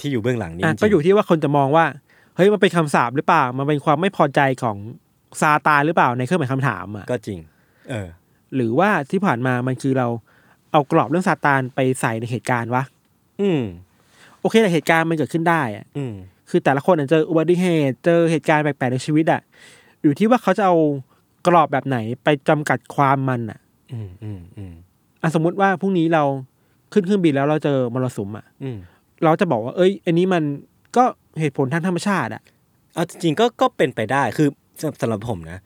B: ที่อยู่เบื้องหลังนี้
C: อ่ะ
B: จริงๆ
C: ก็อยู่ที่ว่าคนจะมองว่า เฮ้ยมันเป็นคำสาปหรือเปล่า มันเป็นความไม่พอใจของซาตานหรือเปล่าในเครื่องหมายคำถามอ่ะ
B: ก็จริง เออ
C: หรือว่าที่ผ่านมามันคือเราเอากรอบเรื่องซาตานไปใส่ในเหตุการณ์วะ
B: อืม
C: โอเคแต่เหตุการณ์มันเกิดขึ้นได้อ่ะ
B: อืม
C: คือแต่ละคนอาจจะเจออุบัติเหตุเจอเหตุการณ์แปลกๆในชีวิตอ่ะอยู่ที่ว่าเขาจะเอากรอบแบบไหนไปจำกัดความมันอ่ะ
B: อืมอืมอืม
C: อ่ะสมมติว่าพรุ่งนี้เราขึ้นเครื่องบินแล้วเราเจอมรสุมอ่ะ
B: อืม
C: เราจะบอกว่า เอ้ย อันนี้มันก็เหตุผลทางธรรมชาติอ่ะ
B: เอาจริงๆก็ก็เป็นไปได้คือสำสำหรับผมนะ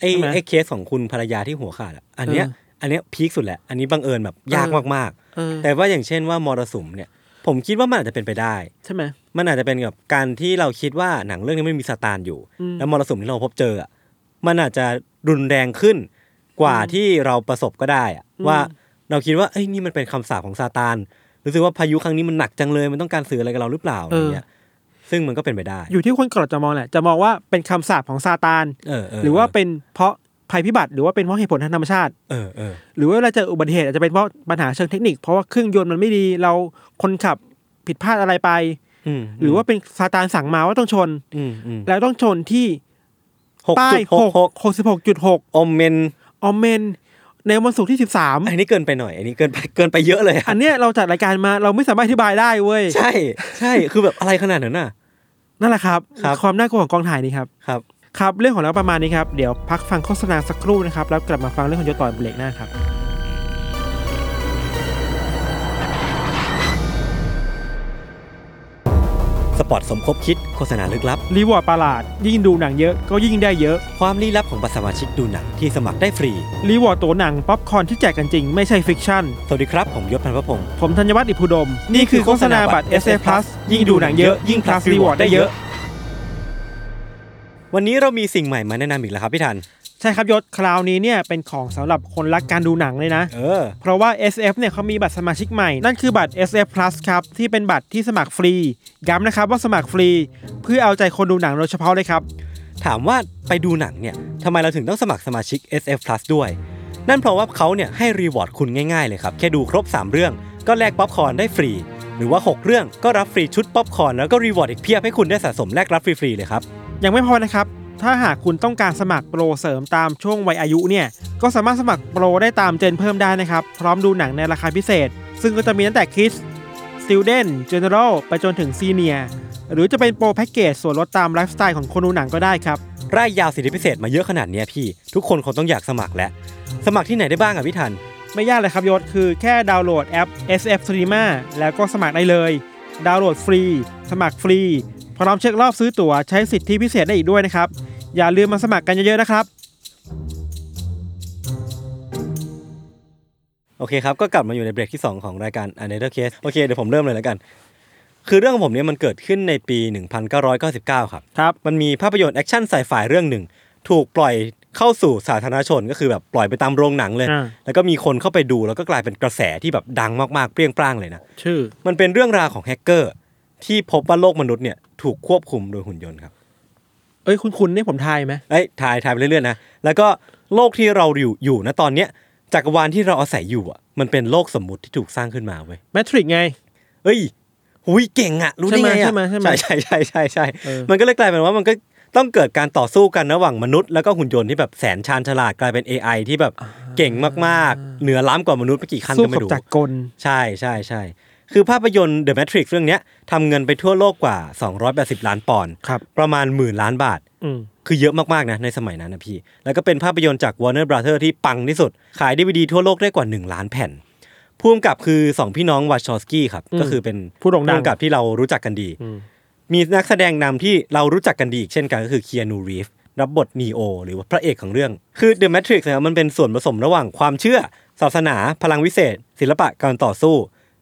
B: ไอ้
C: ใช่ไหม
B: ไอ้เคสของคุณภรรยาที่หัวขาดอะอันเนี้ย
C: เออ
B: อันเนี้ยพีคสุดแหละอันนี้บังเอิญแบบยาก
C: เออ
B: มาก
C: เออ
B: ๆ แต่ว่าอย่างเช่นว่ามรสุมเนี่ย ผมคิดว่ามันอาจจะเป็นไปได้
C: ใช่ไหม
B: มันอาจจะเป็นกับการที่เราคิดว่าหนังเรื่องนี้ไม่มีซาตานอยู่
C: อืม
B: แล้วมรสุมที่เราพบเจออะมันอาจจะรุนแรงขึ้นกว่าที่เราประสบก็ได้อะ
C: อืม
B: ว่าเราคิดว่าเอ้ยนี่มันเป็นคำสาปของซาตานรู้สึกว่าพายุครั้งนี้มันหนักจังเลยมันต้องการสื่ออะไรกับเราหรือเปล่าอะไรเงี้ยซึ่งมันก็เป็นไปได้
C: อยู่ที่คนกรดจะมองแหละ จะมองว่าเป็นคำสาปของซาตาน
B: เเ
C: หรือว่าเป็นเพราะภัยพิบัติ หรือว่าเป็นเพราะเหตุผลทางธรรมชาติ
B: เออเออ
C: หรือว่าเวลาเจออุบัติเหตุอาจจะเป็นเพราะปัญหาเชิงเทคนิค เพราะว่าเครื่องยนต์มันไม่ดี เราคนขับผิดพลาดอะไรไป
B: อืม
C: หรือว่าเป็นซาตานสั่งมาว่าต้องชน
B: อืมอืม
C: แล้วต้องชนที่
B: หก
C: ป้า
B: จุ
C: ย
B: ดหกหก
C: หกสิบหกจุดหก
B: อมเมน
C: ออมเมน ในวันศุกร์ที่สิบสาม
B: อันนี้เกินไปหน่อย อันนี้เกินไปเกินไปเยอะเลยอะ
C: อันเนี้ยเราจัดรายการมาเราไม่สามารถอธิบายได้เว้ย
B: ใช่ ใช่คือแบบอะไรขนาดนั้นน่ะ
C: นั่นแหละครับ
B: ครับ
C: ความน่ากลัวของกองถ่ายนี้ครับ
B: ครับ
C: ครับ เรื่องของเราประมาณนี้ครับ เดี๋ยวพักฟังโฆษณาสักครู่นะครับ แล้วกลับมาฟังเรื่องของโยต่อเบรกหน้าครับ
B: สปอร์ตสมคบคิดโฆษณาลึกลับ
C: รีวอร์ดประหลาด ยิ่งดูหนังเยอะก็ยิ่งได้เยอะ
B: ความลี้ลับของบัตรสมาชิกดูหนังที่สมัครได้ฟรี
C: รีวอร์ดตัวหนัง ป๊อปคอร์นที่แจกกันจริง ไม่ใช่ฟิกชั่น
B: สวัสดีครับ ผมยศพันธ์พระพงศ์
C: ผมธัญวัฒน์อิพุดม นี่คือโฆษณาบัตร SA Plus ยิ่งดูหนังเยอะ ยิ่ง plus รีวอร์ดได้เยอะ
B: วันนี้เรามีสิ่งใหม่มาแนะนำอีกแล้วครับพี่ทัน
C: ใช่ครับยศคราวนี้เนี่ยเป็นของสำหรับคนรักการดูหนังเลยนะ
B: เออ
C: เพราะว่า SF เนี่ยเขามีบัตรสมาชิกใหม่ นั่นคือบัตร SF Plus ครับ ที่เป็นบัตรที่สมัครฟรี ย้ำนะครับว่าสมัครฟรี เพื่อเอาใจคนดูหนังโดยเฉพาะเลยครับ
B: ถามว่าไปดูหนังเนี่ยทำไมเราถึงต้องสมัครสมาชิก SF Plus ด้วย นั่นเพราะว่าเขาเนี่ยให้รีวอร์ดคุณง่ายๆเลยครับ แค่ดูครบ 3 เรื่องก็แลกป๊อปคอร์นได้ฟรี หรือว่า 6 เรื่องก็รับฟรีชุดป๊อปคอร์นแล้วก็รีวอร์ดอีกเพียบให้คุณได้สะสมแลกรับฟรีๆเลยครับ
C: ยังไม่พอนะครับ ถ้าหากคุณต้องการสมัครโปรเสริมตามช่วงวัยอายุเนี่ย ก็สามารถสมัครโปรได้ตามเจนเพิ่มได้นะครับ พร้อมดูหนังในราคาพิเศษ ซึ่งก็จะมีตั้งแต่คิดสติ u เดนเจเนอ a l ไปจนถึงซีเนียหรือจะเป็นโปรแพ็กเกจส่วนลดตามไลฟ์สไตล์ของคนดูหนังก็ได้ครับ
B: รายยาวสิทธิพิเศษมาเยอะขนาดเนี้ยพี่ ทุกคนคงต้องอยากสมัครแล้ว สมัครที่ไหนได้บ้างอ่ะพี่ทัน
C: ไม่ยากเลยครับยศคือแค่ดาวน์โหลดแอป SF Cinema แล้วก็สมัครได้เลย ดาวน์โหลดฟรี สมัครฟรีพร้อมเช็ครอบซื้อตั๋วใช้สิทธิพิเศษได้อีกด้วยนะครับ อย่าลืมมาสมัครกันเยอะๆนะครับ
B: โอเคครับ ก็กลับมาอยู่ในเบรกที่ 2 ของรายการ u n d e r Case โอเคเดี๋ยวผมเริ่มเลยแล้วกัน คือเรื่องของผมเนี่ยมันเกิดขึ้นในปี 1999 ครับ
C: ครับ
B: มันมีภาพยนตร์แอคชั่นไซไฟเรื่องหนึ่ง ถูกปล่อยเข้าสู่สาธารณชนก็คือแบบปล่อยไปตามโรงหนังเลย
C: อ่า
B: แล้วก็มีคนเข้าไปดูแล้วก็กลายเป็นกระแสที่แบบดังมากๆ เปรี้ยงปร้างเลยนะ
C: ชื่อ
B: มันเป็นเรื่องราวของแฮกเกอร์ ที่พบว่าโลกมนุษย์เนี่ยถูกควบคุมโดยหุ่นยนต์ครับ
C: เอ้ยคุณคุณนี่ผมทายไหม
B: เอ้ยถ่ายถ่ายไปเรื่อยๆนะ แล้วก็โลกที่เราอยู่อยู่นะตอนเนี้ยจักรวาลที่เราอาศัยอยู่อ่ะ มันเป็นโลกสมมุติที่ถูกสร้างขึ้นมาเว้ย
C: แมทริกไง
B: เอ้ยหุยเก่งอะรู้ได้ไงอะ
C: ใช่ไหมใช่ไหม
B: ใช่ใช่ใช่ใช่
C: เออ
B: มันก็เลยกลายเป็นว่ามันก็ต้องเกิดการต่อสู้กันระหว่างมนุษย์แล้วก็หุ่นยนต์ที่แบบแสนชาญฉลาดกลายเป็น AI ที่แบบเก่งมากๆ เหนือล้ำกว่ามนุษย์ไปกี่ขั้น
C: สู้
B: ก็
C: กั
B: ไม่
C: บ
B: รู้
C: จักรกล
B: ใช่ใช่ใช่คือภาพยนตร์ The Matrix เรื่องเนี้ยทำเงินไปทั่วโลกกว่า 280 ล้านปอนด์
C: ครับ
B: ประมาณหมื่นล้านบาท
C: อืม
B: คือเยอะมากๆนะในสมัยนั้นนะพี่ แล้วก็เป็นภาพยนตร์จาก Warner Brothers ที่ปังที่สุด ขายดีวดีทั่วโลกได้กว่า 1 ล้านแผ่นผู้กำกับคือสองพี่น้องวาชอสกี้ครับ
C: อืม
B: ก็คือเป็น
C: ผู้โด่งดัง
B: ผู้กำกับที่เรารู้จักกันดี
C: อืม
B: มีนักแสดงนำที่เรารู้จักกันดีอีกเช่นกันก็คือเคียนูรีฟรับบทนีโอหรือว่าพระเอกของเรื่อง คือ The Matrix นะครับมันเป็นส่วนผสมระหว่างความเชื่อ ศาสนา พลังวิเศษ ศิลปะการต่อสู้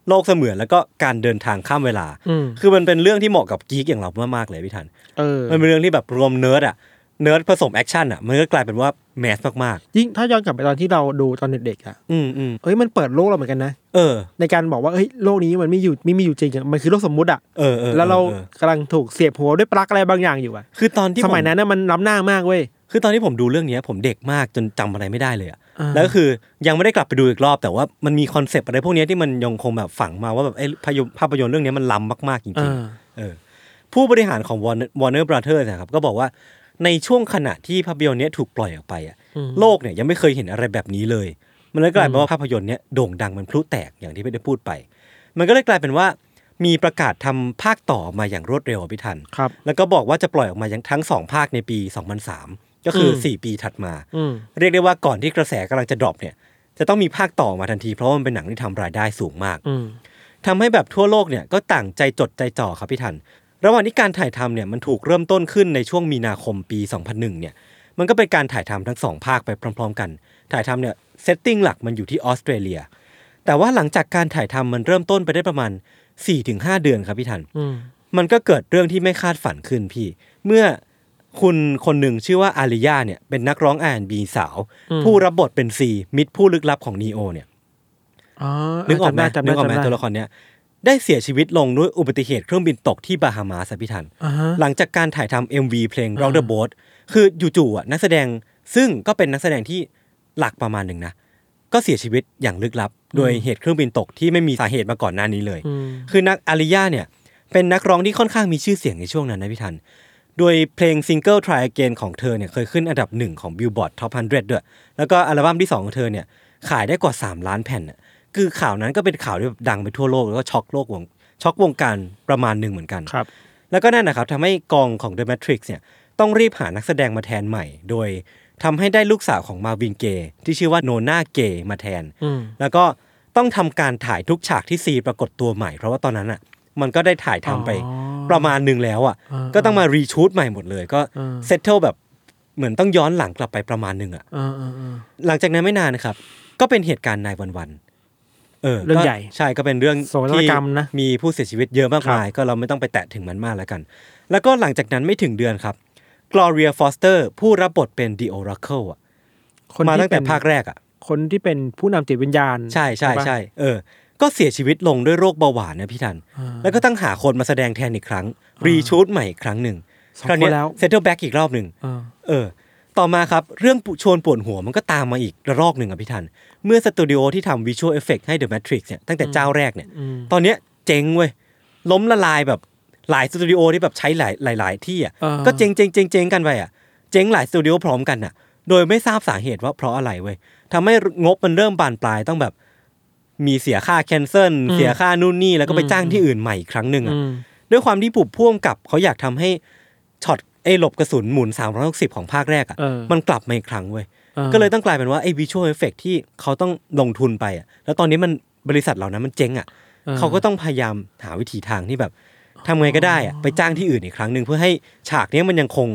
B: โลกเสมือนแล้วก็การเดินทางข้ามเวลา
C: อืม
B: คือมันเป็นเรื่องที่เหมาะกับกีกอย่างเรามากๆเลยพี่ทัน
C: เออ
B: มันเป็นเรื่องที่แบบรวมเนิร์ดอะเนิร์ดผสมแอคชั่นอะมันก็กลายเป็นว่าแมสมาก
C: ยิ่งถ้าย้อนกลับไปตอนที่เราดูตอนเด็กๆอ่ะ
B: ๆ อืมอืม
C: เอ้ยมันเปิดโลกเราเหมือนกันนะ
B: เออ
C: ในการบอกว่าเฮ้ยโลกนี้มันไม่อยู่ไม่มีอยู่จริงอะมันคือโลกสมมุติอ่ะ
B: เออออ
C: แล้วเรา
B: ออก
C: ำลังถูกเสียบหัวด้วยปลั๊กอะไรบางอย่างอยู่อ่ะ
B: คือตอนที่
C: สมัย
B: ผ
C: นั้นน่ะมันล้ำหน้ามากเว้ย
B: คือตอนที่ผมดูเรื่องเนี้ยผมเด็กมากจนจำอะไรไม่ได้เลยอะแล้วก็คือยังไม่ได้กลับไปดูอีกรอบ แต่ว่ามันมีคอนเซปต์อะไรพวกเนี้ยที่มันยังคงแบบฝังมาว่าแบบไอ้ภาพยนตร์ภาพยนตร์เรื่องเนี้ยมันล้ำมากๆจริงๆเออผู้บริหารของ Warner- Warner Brothers นะครับก็บอกว่าในช่วงขณะที่ภาพยนตร์เนี้ยถูกปล่อยออกไปอะ
C: อืม
B: โลกเนี่ยยังไม่เคยเห็นอะไรแบบนี้เลย มันเลยกลายเป็นว่าภาพยนตร์เนี้ยโด่งดังมันพลุแตกอย่างที่ไม่ได้พูดไป มันก็เลยกลายเป็นว่ามีประกาศทำภาคต่อมาอย่างรวดเร็วอะพี่ทัน
C: ครับ
B: แล้วก็บอกว่าจะปล่อยออกมายังทั้ง 2 ภาคในปี 2003 ก็คือ
C: ม
B: 4 ปีถัดมา
C: อืม
B: เรียกได้ว่าก่อนที่กระแสกำลังจะดรอปเนี่ย จะต้องมีภาคต่อมาทันที เพราะว่ามันเป็นหนังที่ทำรายได้สูงมาก
C: อืม
B: ทำให้แบบทั่วโลกเนี่ยก็ต่างใจจดใจจ่อครับพี่ทัน ระหว่างที่การถ่ายทำเนี่ยมันถูกเริ่มต้นขึ้นในช่วงมีนาคมปี 2001 เนี่ย มันก็เป็นการถ่ายทำทั้งสองภาคไปพร้อม ๆ กัน ถ่ายทำเนี่ยเซตติ้งหลักมันอยู่ที่ออสเตรเลีย แต่ว่าหลังจากการถ่ายทำมันเริ่มต้นไปได้ประมาณ 4-5 เดือนครับพี่ทัน
C: อืม
B: มันก็เกิดเรื่องที่ไม่คาดฝันขึ้นพี่ เมื่อคุณคนหนึ่งชื่อว่าอาริยาเนี่ยเป็นนักร้อง R&B สาว ผู้รับบทเป็นซีมิตรผู้ลึกลับของนีโอเนี่ย
C: อ๋อ
B: นึกออกไหม
C: จำ
B: นึ
C: ได้
B: กออกไหม
C: จำได้
B: ตัวละครเนี้ยได้เสียชีวิตลงด้วยอุบัติเหตุเครื่องบินตกที่บาฮามาสอะพิทัน
C: อ่าฮะ
B: หลังจากการถ่ายทำ MV เพลง Rock the Boat คือจู่ๆอ่ะนักแสดงซึ่งก็เป็นนักแสดงที่หลักประมาณหนึ่งนะ ก็เสียชีวิตอย่างลึกลับ โดยเหตุเครื่องบินตกที่ไม่มีสาเหตุมาก่อนหน้านี้เลย
C: อืม
B: คือนักอาริยาเนี่ยเป็นนักร้องที่ค่อนข้างมีชื่อเสียงในช่วงนั้นนะพี่ทัน โดยเพลงซิงเกิล Try Again ของเธอเนี่ยเคยขึ้นอันดับหนึ่งของ Billboard Top 100 ด้วย แล้วก็อัลบั้มที่ 2 ของเธอเนี่ยขายได้กว่า 3 ล้านแผ่นน่ะคือข่าวนั้นก็เป็นข่าวที่แบบดังไปทั่วโลกแล้วก็ช็อกโลกวงช็อกวงการประมาณหนึ่งเหมือนกัน
C: ครับ
B: แล้วก็นั่นนะครับทำให้กองของ The Matrix เนี่ยต้องรีบหานักแสดงมาแทนใหม่ โดยทำให้ได้ลูกสาวของมาวินเกย์ที่ชื่อว่าโนนาเกย์มาแทน
C: อืม
B: แล้วก็ต้องทำการถ่ายทุกฉากที่ซีปรากฏตัวใหม่ เพราะว่าตอนนั้นอ่ะ มันก็ได้ถ่ายทำไป
C: อ๋อ
B: ประมาณหนึ่งแล้วอ่ะ
C: อ่า
B: ก็ต้องมารีชูตใหม่หมดเลย ก็
C: อ่า
B: เซตเทิลแบบเหมือนต้องย้อนหลังกลับไปประมาณหนึ่งอ่ะ
C: อ่าอ่าอ่า
B: หลังจากนั้นไม่นานนะครับ ก็เป็นเหตุการณ์นายวันวันๆเออ
C: เรื่อง
B: ก็
C: ใหญ่
B: ใช่ก็เป็นเรื่อง
C: โศกนาฏกรรมนะ
B: มีผู้เสียชีวิตเยอะมากมาย ก็เราไม่ต้องไปแตะถึงมันมากแล้วกัน แล้วก็หลังจากนั้นไม่ถึงเดือนครับ Gloria Foster ผู้รับบทเป็น The Oracle อ่ะ
C: คนที่
B: มาตั้งแต่
C: เป็น
B: ภาคแรกอ่ะ
C: คนที่เป็นผู้นำจิตวิญญาณ
B: ใช่ใช่
C: ปะ
B: ใช่เออ ก็เสียชีวิตลงด้วยโรคเบาหวานนะพี่ทัน แล้วก็ต้องหาคนมาแสดงแทนอีกครั้ง รีชูตใหม่อีกครั้งหนึ่ง
C: สอง
B: คราวเนี้
C: คนแล้ว
B: เซตเทิลแบ็กอีกรอบหนึ่ง
C: อ่า
B: เออ ต่อมาครับ เรื่องชวนปวดหัวมันก็ตามมาอีกระลอกหนึ่งอ่ะพี่ทัน เมื่อสตูดิโอที่ทำวิชวลเอฟเฟกให้ The Matrix เนี่ยตั้งแต่เจ้าแรกเนี่ย
C: อืม
B: ตอนเนี้ยเจ๊งเว้ย ล้มละลายแบบหลายสตูดิโอที่แบบใช้หลายหลายหลายที่อ่ะ
C: เออ
B: ก็เจ๊งเจ๊งเจ๊งเจ๊งกันไปอ่ะ เจ๊งหลายสตูดิโอพร้อมกันอ่ะ โดยไม่ทราบสาเหตุว่าเพราะอะไรเว้ยทำให้งบมันเริ่มบานปลายต้องแบบ มีเสียค่าแคนเซิลเสียค่านู่นนี่แล้วก็ไปจ้างที่อื่นใหม่อีกครั้งหนึ่งอ่ะ
C: อืม
B: ด้วยความที่ผูกพ่วงกับเขาอยากทำให้ช็อตไอ้หลบกระสุนหมุน 360 ของภาคแรก
C: เอ
B: อะ่ะ
C: อ
B: มันกลับมาอีกครั้งเว้ยก็เลยต้องกลายเป็นว่าไอ้วิชวลเอฟเฟกที่เขาต้องลงทุนไปอะ่ะแล้วตอนนี้มันบริษัทเหล่านั้นมันเจ๊งอะ่ะ
C: เออ
B: เขาก็ต้องพยายามหาวิธีทางที่แบบทำไงก็ได้อะ่ะไปจ้างที่อื่นอีกครั้งหนึ่งเพื่อให้ฉากเนี้ยมันยังคง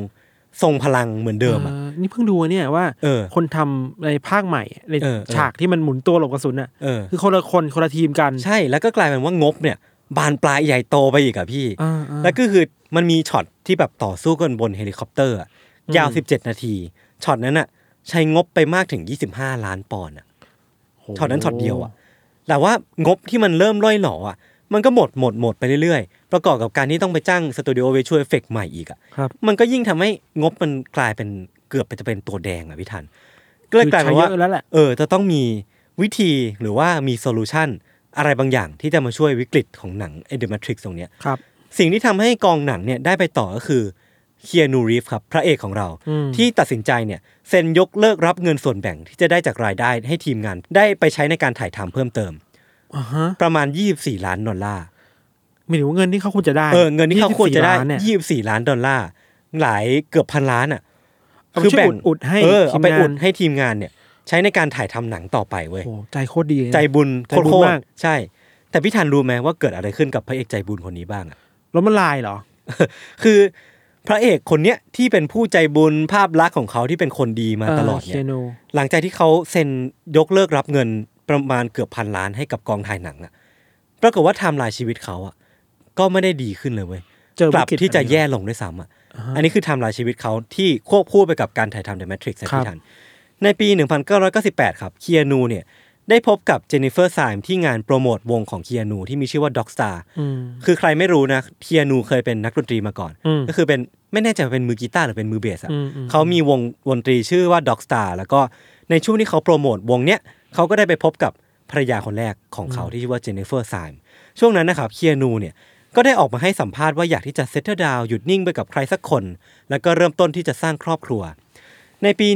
B: ทรงพลังเหมือนเดิมอ่ะ
C: อ่านี่เพิ่งดูเนี่ยว่า
B: เออ
C: คนทำในภาคใหม่ใน
B: เออเออ
C: ฉากที่มันหมุนตัวหลบกระสุนอ่ะ
B: เออ
C: คือคนละคนคนละทีมกัน
B: ใช่แล้วก็กลายเป็นว่างบเนี่ย บานปลายใหญ่โตไปอีกอ่ะพี่
C: อ่าอ่า
B: แล้วก็คือมันมีช็อตที่แบบต่อสู้กันบนเฮลิคอปเตอร์อะยาว
C: อืม
B: 17 นาที ช็อตนั้นอะใช้งบไปมากถึง 25 ล้านปอนด์อะช็อตนั้นช็อตเดียวอะแต่ว่างบที่มันเริ่มร่อยหลออะมันก็หมดหมดหมดไปเรื่อยๆ ประกอบกับการที่ต้องไปจ้างสตูดิโอเวช่วยเอฟเฟกใหม่อีกอะ
C: ครับ
B: มันก็ยิ่งทำให้งบมันกลายเป็นเกือบไปจะเป็นตัวแดงอะพี่ทัน ก็เลย
C: คือก
B: ลายเป็นว่า
C: ใช้เยอะแล้วแหละ
B: เออจะต้องมีวิธีหรือว่ามีโซลูชันอะไรบางอย่างที่จะมาช่วยวิกฤตของหนังเอเดมัทริกตรงเนี้ย
C: ครับ
B: สิ่งที่ทำให้กองหนังเนี่ยได้ไปต่อก็คือเคียนูรีฟครับ พระเอกของเรา
C: อืม
B: ที่ตัดสินใจเนี่ยเซ็นยกเลิกรับเงินส่วนแบ่งที่จะได้จากรายได้ให้ทีมงานได้ไปใช้ในการถ่ายทำเพิ่มเติม
C: อ่าฮะ
B: ประมาณ 24 ล้านดอลลาร์
C: ไม่ถึงว่าเงินที่เขาควรจะได้
B: เออเงินที่เขาควรจะได้
C: 24ล้านเนี่ย
B: 24 ล้านดอลลาร์หลายเกือบพันล้านอ่ะ
C: เอาไปช่วยอุดอุดให้
B: เออเอาไป
C: ทีมงน
B: อุดให้ทีมงานเนี่ยใช้ในการถ่ายทำหนังต่อไปเว้ย
C: โอ้ใจโคตรดีเลยนะ
B: ใจบุญ
C: ใจบุญ
B: โคตร
C: มาก
B: ๆใช่ แต่พี่ธันรู้ไหมว่าเกิดอะไรขึ้นกับพระเอกใจบุญคนนี้บ้างอะ
C: ล้มละลายเหรอ
B: คือพระเอกคนเนี้ยที่เป็นผู้ใจบุญภาพลักษณ์ของเขาที่เป็นคนดีมาตลอด
C: เคี
B: เนี่ย ย
C: โน
B: หลังจากที่เขาเซ็นยกเลิกรับเงินประมาณเกือบพันล้านให้กับกองถ่ายหนังอะ ปรากฏว่าไทม์ไลน์ชีวิตเขาอ่ะก็ไม่ได้ดีขึ้นเลยเว้ย
C: เจอก
B: ลับ
C: วิกฤต
B: ที่จะ
C: อันนี้
B: แย่ลงด้วยซ้ำอ่ะอันนี้คือไทม์ไลน์ชีวิตเขาที่ควบคู่ไปกับการถ่ายทำเดอะแมทริกซ์
C: ครับ
B: ที่ทัน ในปี 1998 ครับเคียนูเนี่ยได้พบกับเจนนิเฟอร์ไซม์ที่งานโปรโมทวงของเคียนูที่มีชื่อว่าด็อกสตาร์
C: อืม
B: คือใครไม่รู้นะเทียนูเคยเป็นนักดนตรีมาก่อน
C: อืม
B: ก็คือเป็นไม่แน่ใจว่าเป็นมือกีตาร์หรือเป็นมือเบสอะ
C: อืมอืม
B: เขามีวงดนตรีชื่อว่าด็อกสตาร์แล้วก็ในช่วงที่เขาโปรโมทวงเนี้ยเขาก็ได้ไปพบกับภรรยาคนแรกของเขาที่ชื่อว่าเจเนฟเฟอร์ไซม์ช่วงนั้นนะครับเคียนูเนี่ยก็ได้ออกมาให้สัมภาษณ์ว่าอยากที่จะเซตเตอร์ดาวหยุดนิ่งไปกับใครสักคน แล้วก็เริ่มต้นที่จะสร้างครอบครัว ในปี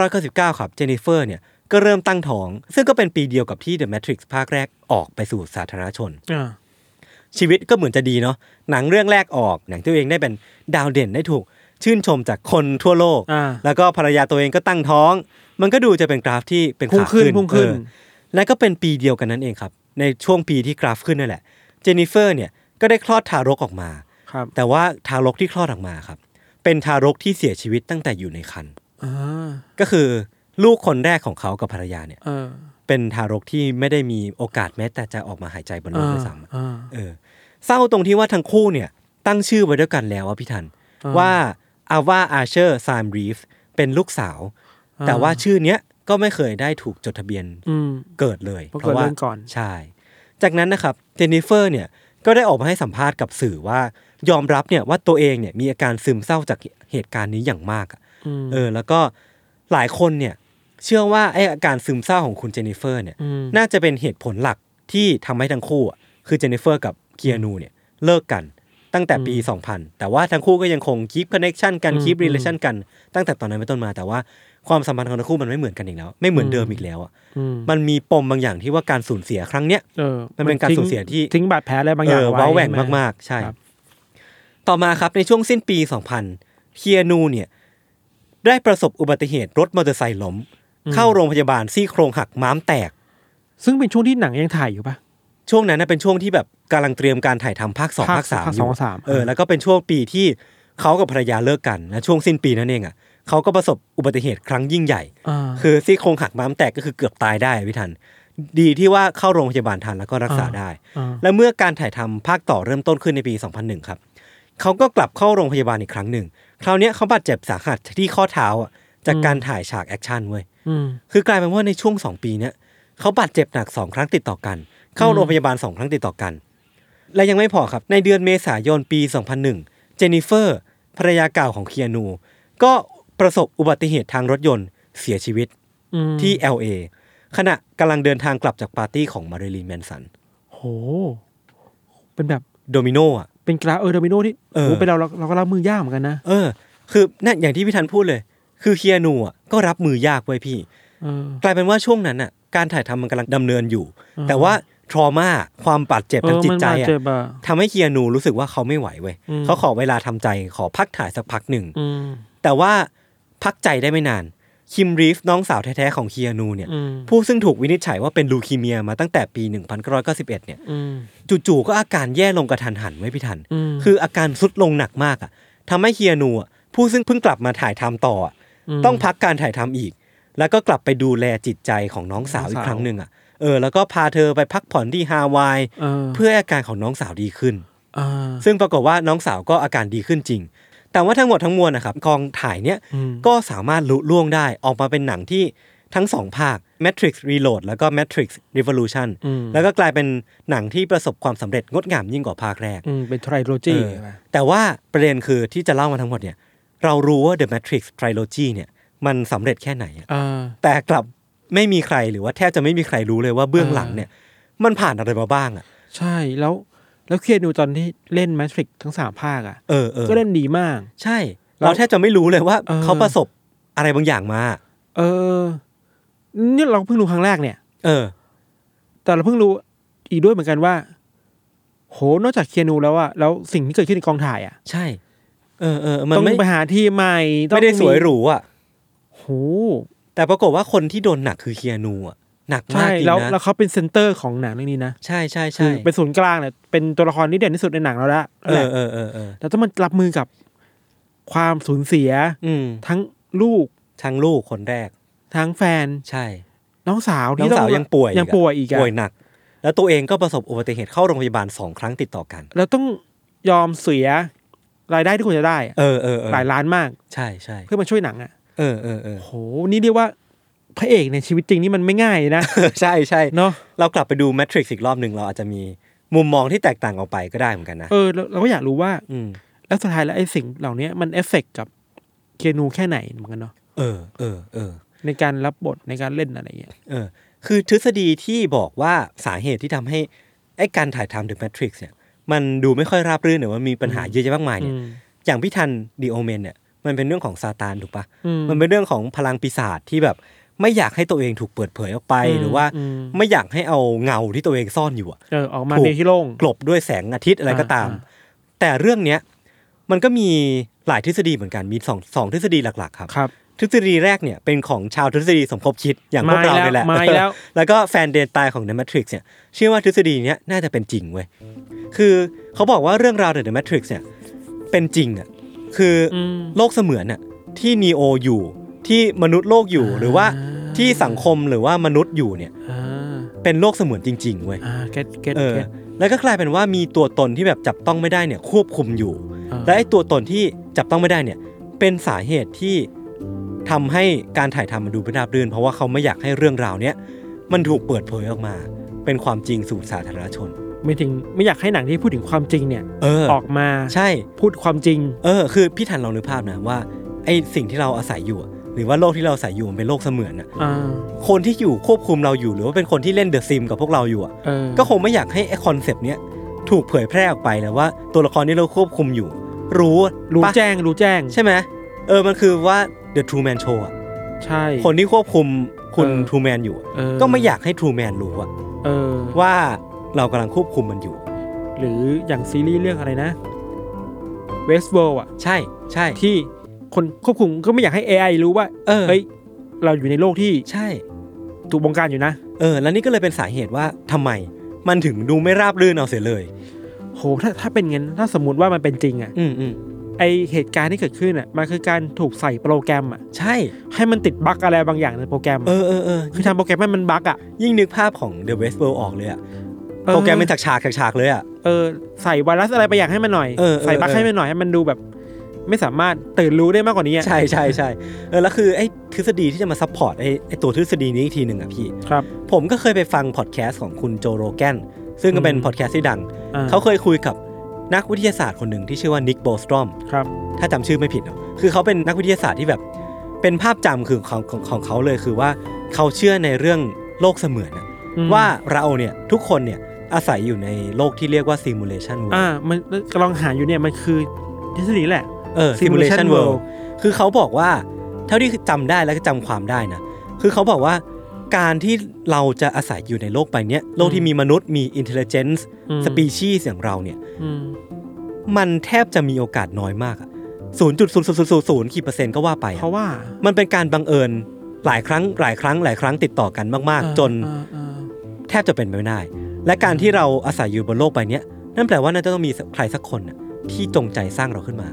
B: 1999 ครับเจนนิเฟอร์เนี่ยก็เริ่มตั้งท้อง ซึ่งก็เป็นปีเดียวกับที่ The Matrix ภาคแรกออกไปสู่สาธารณชน
C: อ่า
B: ชีวิตก็เหมือนจะดีเนาะหนังเรื่องแรกออก หนังตัวเองได้เป็นดาวเด่นได้ถูก ชื่นชมจากคนทั่วโลก
C: อ่า
B: แล้วก็ภรรยาตัวเองก็ตั้งท้อง มันก็ดูจะเป็นกราฟที่เป็น
C: พุ่ง
B: ขา
C: ขึ้น
B: ขึ้น
C: พุ่งขึ้น
B: เออและก็เป็นปีเดียวกันนั่นเองครับ ในช่วงปีที่กราฟขึ้นนั่นแหละเจนนิเฟอร์เนี่ยก็ได้คลอดทารกออกมา
C: ครับ
B: แต่ว่าทารกที่คลอดออกมาครับ เป็นทารกที่เสียชีวิตตั้งแต่อยู่ในครรภ์
C: อ่า
B: ก็คือลูกคนแรกของเขากับภรรยาเนี่ย
C: เออ
B: เป็นทารกที่ไม่ได้มีโอกาสแม้แต่จะออกมาหายใจบนโลกด้วยซ้ำ
C: อ่า
B: เออเศร้าตรงที่ว่าทั้งคู่เนี่ย ตั้งชื่อไว้ด้วยกันแล้วอะพี่ทัน
C: อ่
B: ว่าอาวาอาเชอร์ไซม์รีฟเป็นลูกสาว
C: อ่
B: แต่ว่าชื่อเนี้ยก็ไม่เคยได้ถูกจดทะเบียน
C: อืม
B: เกิดเลย
C: เพราะเกิดเรื่องก่อน
B: ใช่ จากนั้นนะครับเจนนิเฟอร์เนี่ยก็ได้ออกมาให้สัมภาษณ์กับสื่อว่ายอมรับเนี่ยว่าตัวเองเนี่ยมีอาการซึมเศร้าจากเหตุการณ์นี้อย่างมากอะ
C: อืม
B: เออแล้วก็หลายคนเนี่ยเชื่อว่าไออาการซึมเศร้าของคุณเจนนิเฟอร์เนี่ย
C: อืม
B: น่าจะเป็นเหตุผลหลักที่ทำให้ทั้งคู่อะคือเจนนิเฟอร์กับเคียนูเนี่ยเลิกกันตั้งแต่ปี 2000 แต่ว่าทั้งคู่ก็ยังคงคีปคอนเน c ชันกันคีปรีเลชันกัน ตั้งแต่ตอนนั้นเป็นต้นมา แต่ว่าความสัมพันธ์ของทั้งคู่มันไม่เหมือนกันอีกแล้ว ไม่เหมือนเดิมอีกแล้วอ่ะ
C: อืม
B: มันมีปมบางอย่างที่ว่าการสูญเสียครั้งเนี้ย
C: เออ
B: มันเป็นการ
C: ทิ้ง
B: สูญเสียที่
C: ทิ้งบาดแผลอะไรบางอย่าง
B: เออ
C: ไว้
B: ว้าแหว่ง
C: ใช่ไห
B: มาก ๆ ใช่
C: ครับ
B: ต่อมาครับในช่วงสิ้นปี 2000 เคียนูเนี่ยได้ประสบอุบัติเหตุรถมอเตอร์ไซค์ล้ม เข้าโรงพยาบาลซี่โครงหักม้ามแตก
C: ซึ่งเป็นช่วงที่หนังยังถ่ายอยู่ปะ
B: ช่วงนั้นนะเป็นช่วงที่แบบกำลังเตรียมการถ่ายทำภาคสอง
C: ภา
B: ภา
C: ค
B: คสาม
C: ภาค
B: อ
C: สอง
B: ยู่
C: ภาคสาม
B: เออแล้วก็เป็นช่วงปีที่เขากับภรรยาเลิกกันและช่วงสิ้นปีนั่นเองอ่ะเขาก็ประสบอุบัติเหตุครั้งยิ่งใหญ่
C: า
B: คือซี่โครงหักม้ามแตกก็คือเกือบตายได้อะพี่ทัน ดีที่ว่าเข้าโรงพยาบาลทันแล้วก็รักษา
C: อ่า
B: ได้
C: อ่า
B: และเมื่อการถ่ายทำภาคต่อเริ่มต้นขึ้นในปี 2001 ครับ เขาก็กลับเข้าโรงพยาบาลอีกครั้งหนึ่ง คราวเนี้ยเขาบาดเจ็บสาหัสที่ข้อเท้าอ่ะจากการถ่ายฉากแอคชั่นเว้ย
C: อืม
B: คือกลายเป็นว่าในช่วง 2 ปีเนี้ยเขาบาดเจ็บหนัก 2 ครั้งติดต่อกัน เข้าโรงพยาบาล 2 ครั้งติดต่อกัน และยังไม่พอครับ ในเดือนเมษายนปี 2001 เจนนิเฟอร์ภรรยาเก่าของเคียนู ก็ประสบอุบัติเหตุทางรถยนต์เสียชีวิต
C: อืม
B: ที่ LA ขณะกำลังเดินทางกลับจากปาร์ตี้ของมาริลีนแมนสัน
C: โห เป็นแบบ
B: โดมิโนอ่ะ
C: เป็นกราฟเออโดมิโนที่
B: เออ
C: โหเป็นเราเราเราก็รับมือยากเหมือนกันนะ
B: เออ คือนั่นอย่างที่พี่ทันพูดเลย คือเคียนูอ่ะก็รับมือยากไว้ยพี่
C: เออก
B: ลายเป็นว่าช่วงนั้นอ่ะ การถ่ายทำมันกำลังดำเนินอยู่ แต่ว่าทรมาความบาดเจ็บ
C: เอ
B: ทาง
C: อ
B: จิต
C: มัน
B: ใจ
C: บาด
B: อ่ะ
C: เจ็บอ่ะ
B: ทำให้เคียนูรู้สึกว่าเขาไม่ไหวเว้ย
C: อืม
B: เขาขอเวลาทำใจขอพักถ่ายสักพักหนึ่ง
C: อืม
B: แต่ว่าพักใจได้ไม่นาน คิมรีฟน้องสาวแท้ๆของเคียนูเนี่ย
C: อืม
B: ผู้ซึ่งถูกวินิจฉัยว่าเป็นลูคีเมียมาตั้งแต่ปี 1991 เนี่ย
C: อืม
B: จู่ๆก็อาการแย่ลงกระทันหันไว้ยพี่ทัน
C: อืม
B: คืออาการสุดลงหนักมากอ่ะทำให้เคียนูอ่ะผู้ซึ่งเพิ่งกลับมาถ่ายทำต่ออ่ะ
C: ม
B: ต้องพักการถ่ายทำอีก แล้วก็กลับไปดูแลจิตใจของน้องสาว
C: น้องสาว
B: อีกครั้งหนึ่งอ่ะเออแล้วก็พาเธอไปพักผ่อนที่ฮาวาย
C: เออ
B: เพื่อให้อาการของน้องสาวดีขึ้น
C: อ่า
B: ซึ่งปรากฏว่าน้องสาวก็อาการดีขึ้นจริง แต่ว่าทั้งหมดทั้งมวลนะครับกองถ่ายเนี้ย
C: อืม
B: ก็สามารถลุล่วงได้ออกมาเป็นหนังที่ทั้งสองภาค Matrix Reload แล้วก็ Matrix Revolution
C: อืม
B: แล้วก็กลายเป็นหนังที่ประสบความสำเร็จงดงามยิ่งกว่าภาคแรก
C: อืมเป็นไทรโลจี
B: เออแต่ว่าประเด็นคือที่จะเล่ามาทั้งหมดเนี่ย เรารู้ว่า The Matrix Trilogy เนี่ย มันสำเร็จแค่ไหนอะ
C: อ่า
B: แต่กลับไม่มีใครหรือว่าแทบจะไม่มีใครรู้เลยว่าเบื้องหลังเนี่ย มันผ่านอะไรมาบ้างอ่ะ
C: ใช่แล้วแล้วเคียนูตอนที่เล่นแมทริกทั้งสามภาคอ่ะ
B: เออเออ
C: ก็เล่นดีมาก
B: ใช่ เราแทบจะไม่รู้เลยว่า
C: เออ
B: เขาประสบอะไรบางอย่างมา
C: เออเนี่ยเราเพิ่งรู้ครั้งแรกเนี่ย
B: เออ
C: แต่เราเพิ่งรู้อีกด้วยเหมือนกันว่า โหนอกจากเคียนูแล้วอะแล้วสิ่งที่เกิดขึ้นในกองถ่ายอะ
B: ใช่ เออเออมัน
C: ต้อง
B: ไม่
C: ไปหาที่ใหม่ต้อง
B: ไม่ได้สวยหรูอ่ะ
C: โห
B: แต่ปรากฏว่าคนที่โดนหนักคือเคียนูอ่ะหนักมา
C: ใช่
B: กจริง
C: แล้วแล้
B: นะ
C: วเขาเป็นเซนเตอร์ของหนังเรื่องนี้นะ
B: ใช่ใช่
C: คื
B: ใช่
C: อเป็นศูนย์กลางเนี่ยเป็นตัวละครที่เด่นที่สุดในหนังแล้วละ
B: เออ
C: แหละ
B: เออเออเออ
C: แล้วต้องมันรับมือกับความสูญเสีย
B: อืม
C: ทั้งลูก
B: ทางลูกคนแรก
C: ทั้งแฟน
B: ใช่
C: น้องสาว
B: น้อง
C: ที่ต้
B: สาวยังป่วยอีกอะ
C: ยังป่วยอีกอะ
B: ป่วยหนัก แล้วตัวเองก็ประสบอุบัติเหตุเข้าโรงพยาบาลสองครั้งติดต่อกัน
C: แล้วต้องยอมเสียรายได้ที่คุณจะได้อะ
B: เออเออเออ
C: หลายล้านมาก
B: ใช่ใช่
C: เพื่อมาช่วยหนังอ่ะ
B: เออเออเออ
C: โหนี่เรียกว่าพระเอกในชีวิตจริงนี่มันไม่ง่าย
B: <laughs>
C: นะ
B: ใช่ใช่
C: เนาะ
B: เรากลับไปดูแมทริกซ์อีกรอบหนึ่งเราอาจจะมีมุมมองที่แตกต่างออกไปก็ได้เหมือนกันนะ
C: เออเราเราก็อยากรู้ว่า
B: อืม
C: แล้วสุดท้ายแล้วไอ้สิ่งเหล่านี้มันเอฟเฟกต์กับเคียนูแค่ไหนเหมือนกันเนาะ
B: เออเออเออ
C: ในการรับบทในการเล่นอะไรอย่างเงี้ย
B: เออคือทฤษฎีที่บอกว่าสาเหตุที่ทำให้ไอ้การถ่ายทำ The Matrix เนี่ยมันดูไม่ค่อยราบรื่นหรือว่ามีปัญหาเยอะแยะมากมายเนี่ย
C: อืม
B: อย่างพี่ทันดีโอเมนเนี่ยมันเป็นเรื่องของซาตานถูกปะ
C: อื
B: มันเป็นเรื่องของพลังปีศาจที่แบบไม่อยากให้ตัวเองถูกเปิดเผยออกไป
C: อืม
B: หรือว่า
C: อืม
B: ไม่อยากให้เอาเงาที่ตัวเองซ่อนอยู่อะ
C: เออออกมา
B: ถูก
C: ในที่โล่ง
B: กลบด้วยแสงอาทิตย์อะไรก็ตาม
C: อ่า
B: แต่เรื่องเนี้ยมันก็มีหลายทฤษฎีเหมือนกันมีสองสองทฤษฎีหลักๆครับ
C: ครับ
B: ทฤษฎีแรกเนี่ยเป็นของชาวทฤษฎีสมคบคิดอย่างพวกเรา
C: มาอี
B: เนี่ย
C: กแล้ว
B: แหละ
C: มาอีกแล้ว
B: แล้วก็แฟนเดนตายของ The Matrix เนี่ยเชื่อว่าทฤษฎีเนี้ยน่าจะเป็นจริงเว้ยคือเขาบอกว่าเรื่องราวใน The Matrix เนี่ยเป็นจริงอ่ะคืออ
C: อืม
B: โลกเสมือนอ่ะที่นีโออยู่ที่มนุษย์โลกอยู่หรือว่าที่สังคมหรือว่ามนุษย์อยู่เนี่ย
C: อ่า
B: เป็นโลกเสมือนจริงๆเว้ย
C: อ่าเก็ตเก็ต
B: เออ
C: เก็ต
B: แล้วก็กลายเป็นว่ามีตัวตนที่แบบจับต้องไม่ได้เนี่ยควบคุมอยู่
C: อ่า
B: และไอ้ตัวตนที่จับต้องไม่ได้เนี่ย เป็นสาเหตุที่ทำให้การถ่ายทำมันดูไม่ราบรื่น เพราะว่าเขาไม่อยากให้เรื่องราวเนี้ยมันถูกเปิดเผยออกมา เป็นความจริงสู่สาธารณชน
C: ไม่ถึงไม่อยากให้หนังที่พูดถึงความจริงเนี่ย
B: เออ
C: ออกมา
B: ใช่
C: พูดความจริง
B: เออ คือพี่ทันลองนึกภาพนะว่าไอสิ่งที่เราอาศัยอยู่อะหรือว่าโลกที่เราอาศัยอยู่มันเป็นโลกเสมือนอะ
C: อ่า
B: คนที่อยู่ควบคุมเราอยู่หรือว่าเป็นคนที่เล่นเดอะซิมกับพวกเราอยู่อะ
C: เออ
B: ก็คงไม่อยากให้ไอคอนเซปต์เนี้ยถูกเผยแพร่ออกไปนะว่าตัวละครที่เราควบคุมอยู่ รู้
C: รู้
B: ปะ
C: แจ้งรู้แจ้ง
B: ใช่ไหมเออ มันคือว่า The True Man Show อะ
C: ใช่
B: คนที่ควบคุมคุณ
C: เออ
B: True Man อยู่อะ
C: เ
B: ก็ไม่อยากให้ True Man รู้อะ
C: เออ
B: ว่าเรากำลังควบคุมมันอยู่
C: หรืออย่างซีรีส์เรื่องอะไรนะเวสเวิลอ่ะ
B: ใช่ใช่
C: ที่คนควบคุมก็ไม่อยากให้ AI รู้ว่า
B: เออ
C: เฮ้ยเราอยู่ในโลกที่
B: ใช่
C: ถูกบงการอยู่นะ
B: เออ แล้วนี่ก็เลยเป็นสาเหตุว่าทำไม มันถึงดูไม่ราบรื่นเอาเสียเลย
C: โหถ้าถ้าเป็นงั้นถ้าสมมติว่ามันเป็นจริงอ่ะ
B: อืมอืม
C: ไอเหตุการณ์ที่เกิดขึ้นอ่ะมันคือการถูกใส่โปรแกรมอ่ะ
B: ใช่
C: ให้มันติดบั๊กอะไรบางอย่างในโปรแกรม
B: เออเออเออ
C: คือทำโปรแกรมให้มันบั๊กอ่ะ
B: ยิ่งนึกภาพของ The West World ออกเลยอะโปรแกรมเป็นฉากๆฉากๆเลยอะ
C: เออใส่ไวรัสอะไรไปอย่างให้มันหน่อย
B: เออเออ
C: ใส่บั๊ก
B: เออ
C: ให้มันหน่อยให้มันดูแบบ ไม่สามารถตื่นรู้ได้มากกว่านี้อะ
B: ใช่ใช่ใช่เออ แล้วคือไอ้ทฤษฎีที่จะมาซัพพอร์ตไอ้ไอ้ตัวทฤษฎีนี้อีกทีหนึ่งอะพี่
C: ครับ
B: ผมก็เคยไปฟังพอดแคสต์ของคุณโจโรแกนซึ่งก็เป็น
C: อืม
B: พอดแคสต์ที่ดัง
C: อ่
B: เขาเคยคุยกับนักวิทยาศาสตร์คนหนึ่งที่ชื่อว่านิกโบสตรอม
C: ครับ
B: ถ้าจำชื่อไม่ผิดเนอะคือเขาเป็นนักวิทยาศาสตร์ที่แบบ เป็นภาพจำคือของของของเขาเลยคือว่าเขาเชื่อในเรื่องโลกเสมือนอะ
C: อืม
B: ว่าเราเนี่ยทุกคนเนี่ยอาศัยอยู่ในโลกที่เรียกว่า simulation
C: อ่า
B: world
C: มันกำลังหาอยู่เนี่ยมันคือทฤษฎีแหละ
B: เออ
C: simulation
B: simulation
C: world
B: world คือเขาบอกว่าเท่าที่จำได้แล้วก็จำความได้นะคือเขาบอกว่าการที่เราจะอาศัยอยู่ในโลกใบเนี้ยโลกที่มีมนุษย์มี intelligence
C: อืม
B: species อย่างเราเนี่ย
C: อืม
B: มันแทบจะมีโอกาสน้อยมากศูนย์จุดศูนย์ศูนย์ศูนย์ศูนย์กี่เปอร์เซ็นต์ก็ว่าไปอะ
C: เพราะว่า
B: มันเป็นการบังเอิญหลายครั้งหลายครั้งหลายครั้งติดต่อกันมาก ๆ จนแทบจะเป็นไปไม่ได้ และการที่เราอาศัยอยู่บนโลกใบเนี้ยนั่นแปลว่าน่าจะต้องมีใครสักคนน่ะที่จงใจสร้างเราขึ้นมา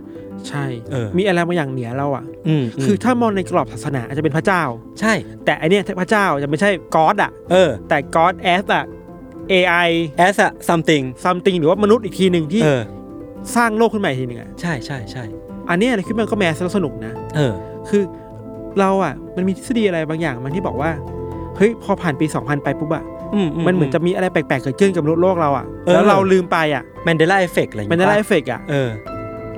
C: ใช่
B: เออ
C: มีอะไรบางอย่างเหนือเราอ่ะ
B: อืมม
C: คือถ้ามองในกรอบศาสนาอาจจะเป็นพระเจ้า
B: ใช่
C: แต่อันเนี้ยพระเจ้าจะไม่ใช่ก็อดอ่ะ
B: เออ
C: แต่ก็อดแอสอ่ะ AI
B: as a something
C: ซัมติงหรือว่ามนุษย์อีกทีหนึ่งที่
B: เออ
C: สร้างโลกขึ้นมาอีกทีหนึ่งอ่ะ
B: ใช่ใช่ใช่
C: อันเนี้ยอะไรขึ้นมันก็แมสแล้วสนุกนะ
B: เออ
C: คือเราอ่ะ มันมีทฤษฎีอะไรบางอย่างมันที่บอกว่าเฮ้ยพอผ่านปี 2000 ไปปุ๊บอ่ะ
B: อื
C: มันเหมือนจะมีอะไรแปลกๆเกิดขึ้นกับมนุษย์โลกเราอ่ะ
B: เออ
C: แล้วเราลืมไปอ่ะ
B: แมนเดลาเอฟเฟกอะไรอย่าง
C: มัน
B: เงี้
C: ได้
B: ย
C: ไลฟ์เฟกอ่ะ
B: เออ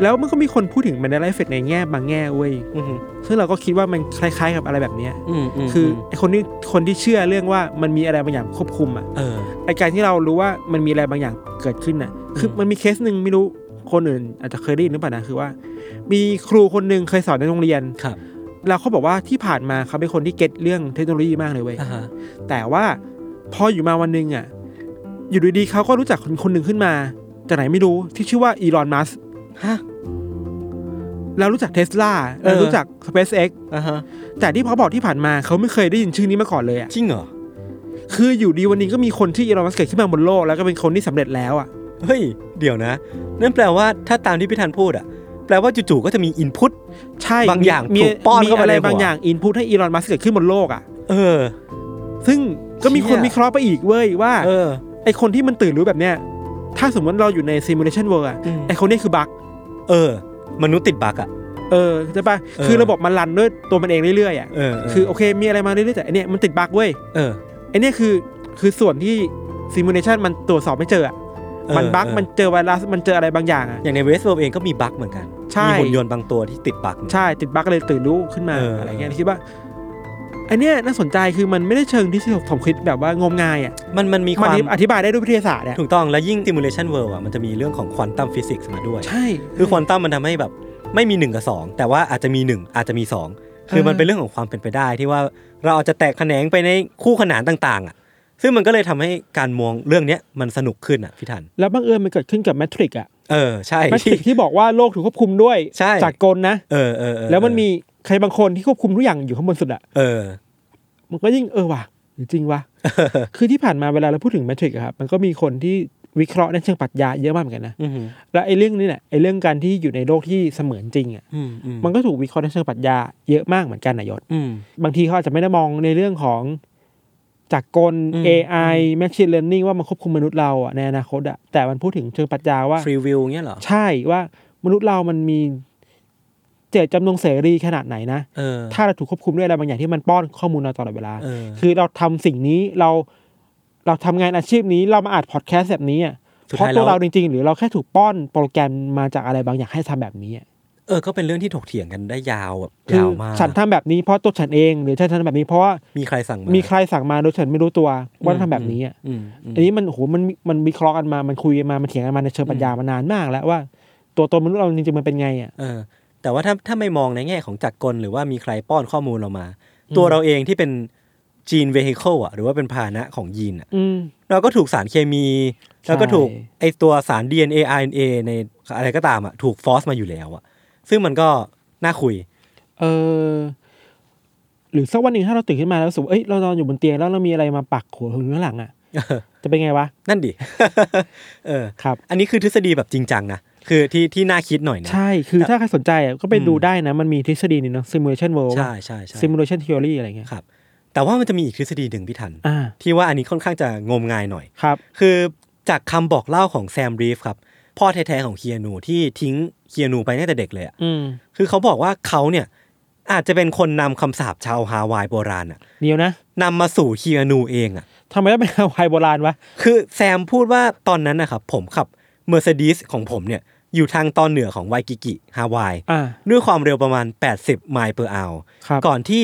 C: แล้วมันก็มีคนพูดถึงมันได้ไลฟ์เฟกในแง่บางแง่เว้ย
B: อืม
C: ซึ่งเราก็คิดว่ามันคล้ายๆกับอะไรแบบเนี้ย
B: อืมม
C: คือไอคนที่คนที่เชื่อเรื่องว่ามันมีอะไรบางอย่างควบคุมอ่ะ
B: เออ
C: ไอการที่เรารู้ว่ามันมีอะไรบางอย่างเกิดขึ้นน่ะ คือมันมีเคสหนึ่งไม่รู้คนอื่น อาจจะเคยได้ยินหรือเปล่านะคือว่า มีครูคนหนึ่งเคยสอนในโรงเรียน
B: ครับ
C: เราเขาบอกว่าที่ผ่านมาเขาเป็นคนที่เก็ตเรื่องเทคโนโลยีมากเลยเว้ย
B: อ่าฮะ
C: แต่ว่าพออยู่มาวันหนึ่งอ่ะอยู่ดีๆเขาก็รู้จักคนคนหนึ่งขึ้นมาจากไหนไม่รู้ที่ชื่อว่าอีลอนมัส
B: ฮะ
C: เรารู้จักเทสลา
B: เอ
C: เรา
B: อ
C: รู้จัก SpaceX
B: อ่าฮะ
C: แต่ที่เขาบอกที่ผ่านมาเขาไม่เคยได้ยินชื่อนี้มาก่อนเลยอ่ะ
B: จริงเหรอ
C: คืออยู่ดีวันนี้ก็มีคนที่อีลอนมัสก์เกิดขึ้นมาบนโลก แล้วก็เป็นคนที่สำเร็จแล้วอ่ะ
B: เฮ้ยเดี๋ยวนะ นั่นแปลว่าถ้าตามที่พี่ทันพูดอะแปลว่าจู่ๆก็จะมีอินพุต
C: ใช่
B: บางอย่าง
C: มี
B: ถูกป้อน
C: มี
B: เข้าไป
C: อะไร
B: ในหัว
C: บางอย่างอินพุตให้อีลอนมัสก์เกิดขึ้นบนโลกอ่ะ
B: เออ
C: ซึ่งก็มีคน
B: เชี่ย
C: วิเคราะห์ไปอีกเว้ยว่า
B: เออ
C: ไอคนที่มันตื่นรู้แบบเนี้ยถ้าสมมติเราอยู่ใน simulation world อะ
B: อืม
C: ไอคนนี้คือบั๊ก
B: เออ มนุษย์ติดบั๊กอ่ะ
C: เออใช่ปะ
B: เออ
C: คือระบบมันรันด้วยตัวมันเองเรื่อยๆอะ
B: เออเ
C: คือโอเคมีอะไรมาเรื่อยๆแต่อันเนี้ยมันติดบั๊กเว้ย
B: เออ
C: ไอเนี้ยคือคือส่วนที่ simulation มันตรวจสอบไม่เจออะ
B: เออ
C: มันบั๊ก
B: เออ
C: มันเจอไวรัสมันเจออะไรบางอย่างอะ
B: อย่างในเวสเวิร์เองก็มีบั๊กเหมือนกัน
C: ใช่
B: มีหุ่นยนต์บางตัวที่ติดบั๊ก
C: ใช่ติดบั๊กเลยตื่นรู้ขึ้นมา
B: เอออ
C: อะไรเงี้ยคิดว่าไอันเนี้ยน่าสนใจคือมันไม่ได้เชิงที่ผมคิดแบบว่างมงายอ่ะ
B: มันมันมีค
C: มัน
B: วาม
C: อธิบายได้ด้วยวิทยาศาสตร์อ่ะ
B: ถูกต้องและยิ่ง simulation world อ่ะมันจะมีเรื่องของควอนตัมฟิสิกส์มาด้วย
C: ใช่
B: คือควอนตัมมันทำให้แบบไม่มี 1 กับ 2 แต่ว่าอาจจะมี 1 อาจจะมี 2 คือมันเป็นเรื่องของความเป็นไปได้ที่ว่าเราอาจจะแตกแขนงไปในคู่ขนานต่างๆอ่ะซึ่งมันก็เลยทำให้การมองเรื่องเนี้ยมันสนุกขึ้นอ่ะพี่ทัน
C: แล้วบังเอิญมันเกิดขึ้นกับแมทริกอ่ะ
B: เออใช่
C: แมทริ
B: ที่
C: กที่บอกว่าโลกถูกควบคุมด้วย
B: ใช่
C: จากกลนะ
B: <laughs> เออเออเออ
C: แล้วมันมีใครบางคนที่ควบคุมทุกอย่างอยู่ข้างบนสุดอ่ะ
B: เออ
C: มันก็ยิ่งเออว่ะหรือจริ
B: <laughs>
C: งวะคือที่ผ่านมาเวลาเราพูดถึงแมทริกอะครับมันก็มีคนที่วิเคราะห์ในเชิงปรัชญาเยอะมากเหมือนกันนะ
B: อืมอืม
C: และไอ้เรื่องนี้แหละไอ้เรื่องการที่อยู่ในโลกที่เสมือนจริงอ่ะ
B: อืมอื
C: มันก็ถูกวิเคราะห์ในเชิงปรัชญาเยอะมากเหมือนกันนายศ
B: อืม
C: บางทีเขาอาจจะไม่ได้มองในเรื่องของจากกล
B: อืม
C: AI machine learning ว่ามันควบคุมมนุษย์เราอะในอนาคตอะแต่มันพูดถึงเชิงปรัชญาว่า
B: ฟรีวิวเงี้ยเหรอ
C: ใช่ว่ามนุษย์เรามันมีเจตจำนงเสรีขนาดไหนนะ
B: เออ
C: ถ้าเราถูกควบคุมด้วยอะไรบางอย่างที่มันป้อนข้อมูลเราตลอดเวลา
B: เออ
C: คือเราทำสิ่งนี้เราเราทำงานอาชีพนี้เรามาอัดพอดแคสต์แบบนี้อะ
B: สุด
C: เพราะ
B: ท้ายแล้ว
C: ตัวเราจริง ๆ หรือเราแค่ถูกป้อนโปรแกรมมาจากอะไรบางอย่างให้ทำแบบนี้อะ
B: เออก็เป็นเรื่องที่ถกเถียงกันได้ยาวแบบ
C: คือย
B: าวมาก
C: ฉันทำแบบนี้เพราะตัวฉันเองหรือฉันทำแบบนี้เพราะว่า
B: มีใครสั่งมา
C: มี
B: มี
C: ใครสั่งมาโดยฉันไม่รู้ตัวว่าทำแบบนี้อ่ะ
B: อืมอืม
C: อันนี้มันโอ้โหมันมันวิเคราะห์กันมามันคุยกันมามันเถียงกันมาในเชิงปรัชญามานานมากแล้วว่า ตัวตนมนุษย์เราจริงๆมันเป็นไงอ่ะ
B: เออ แต่ว่าถ้าถ้าไม่มองในแง่ของจักรกลหรือว่ามีใครป้อนข้อมูลเรามา ตัวเราเองที่เป็นจีนเว h ิเคิลอ่ะหรือว่าเป็นพาหนะของยีนอ่ะ
C: อืม
B: เราก็ถูกสารเคมีเราก็ถูก
C: ใช่
B: ไอตัวสาร DNA RNA ในอะไรก็ตามอ่ะถูกฟอสมาอยู่แล้วอ่ะซึ่งมันก็น่าคุย <laughs>
C: เออหรือสักวันหนึ่งถ้าเราตื่นขึ้นมาแล้วรู้สูเอ้ยเรานอนอยู่บนเตียงแล้วเรามีอะไรมาปักหัวหรือข้างหลังอ่ะ
B: เออ
C: จะเป็นไงวะ
B: นั่นดิ <laughs> เออ
C: ครับ
B: อันนี้คือทฤษฎีแบบจริงจังนะ คือที่ที่น่าคิดหน่อยนะ
C: ใช่คือถ้าใครสนใจอะก็ไป
B: อืม
C: ดูได้นะ มันมีทฤษฎีหนึงเนาะ simulation world
B: ใช่ใช่ใช่
C: simulation theory อะไรเงี้ย
B: ครับ แต่ว่ามันจะมีอีกทฤษฎีหนึ่งพี่ทัน
C: อ่า
B: ที่ว่าอันนี้ค่อนข้างจะงมงายหน่อย
C: ครับ
B: คือจากคำบอกเล่าของแซมรีฟครับ พ่อแท้ๆของเคียนูที่ทิ้งเคียนูไปตั้งแต่เด็กเลยอะ
C: อืม
B: คือเขาบอกว่าเขาเนี่ยอาจจะเป็นคนนำคำสาปชาวฮาวายโบราณอะ
C: เดียวนะ
B: นำมาสู่เคียนูเองอะ
C: ทำไมต้องเป็นฮ <laughs> าวายโบราณวะ
B: คือแซมพูดว่าตอนนั้นนะครับผมขับเมอร์เซเดสของผมเนี่ยอยู่ทางตอนเหนือของไวกิกิฮาวาย
C: อ่า
B: ด้วยความเร็วประมาณ 80 ไมล์เปอร์อาว
C: ครับ
B: ก่อนที่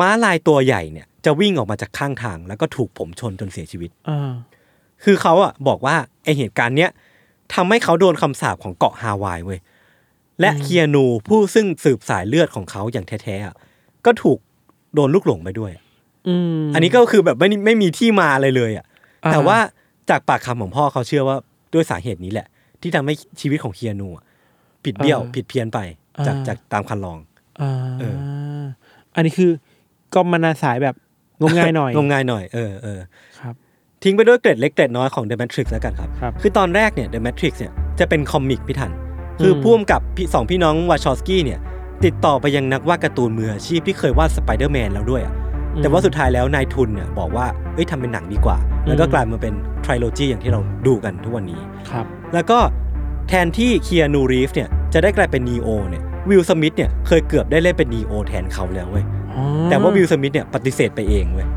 B: ม้าลายตัวใหญ่เนี่ยจะวิ่งออกมาจากข้างทาง แล้วก็ถูกผมชนจนเสียชีวิต
C: อ่า
B: คือเขาอะบอกว่าไอเหตุการณ์เนี้ยทำให้เขาโดนคำสาปของเกาะฮาวายเว้ย และเคียนูผู้ซึ่งสืบสายเลือดของเขาอย่างแท้ๆอะก็ถูกโดนลูกหลงไปด้วย
C: อืม
B: อันนี้ก็คือแบบไม่ไม่มีที่มาเลยเลยอะ
C: อ่
B: แต่ว่าจากปากคำของพ่อเขาเชื่อว่าด้วยสาเหตุนี้แหละ ที่ทำให้ชีวิตของเคียนูอะผิดเบี้ยว ผิดเพี้ยนไปจากจากตามคันลอง
C: อ่า
B: เอ
C: อันนี้คือก็มานาสายแบบงมงายหน่อย
B: งมงายหน่อยเออเออ
C: ครับ
B: ทิ้งไปด้วยเกร็ดเล็กเกร็ดน้อยของ The Matrix แล้วกันครับ
C: ครับ
B: คือตอนแรกเนี่ย The Matrix เนี่ยจะเป็นคอมิกพิถัน คืออ
C: ม
B: พ่วมกับพี่สองพี่น้องวาชอสกี้เนี่ย ติดต่อไปยังนักวาดการ์ตูนมืออาชีพที่เคยวาดสไปเดอร์แมนแล้วด้วยอะแต่ว่าสุดท้ายแล้วนายทุนเนี่ยบอกว่าเอ้ยทำเป็นหนังดีกว่า แล้วก็กลายมาเป็นทริโลจีอย่างที่เราดูกันทุกวันนี้
C: ครับ
B: แล้วก็แทนที่เคียนูรีฟเนี่ยจะได้กลายเป็นนีโอเนี่ยวิลสมิธเนี่ยเคยเกือบได้เล่นเป็นนีโอแทนเขาแล้วเว้ย
C: อ๋อ
B: แต่ว่าวิลสมิธเนี่ยปฏิเสธไปเองเว้ย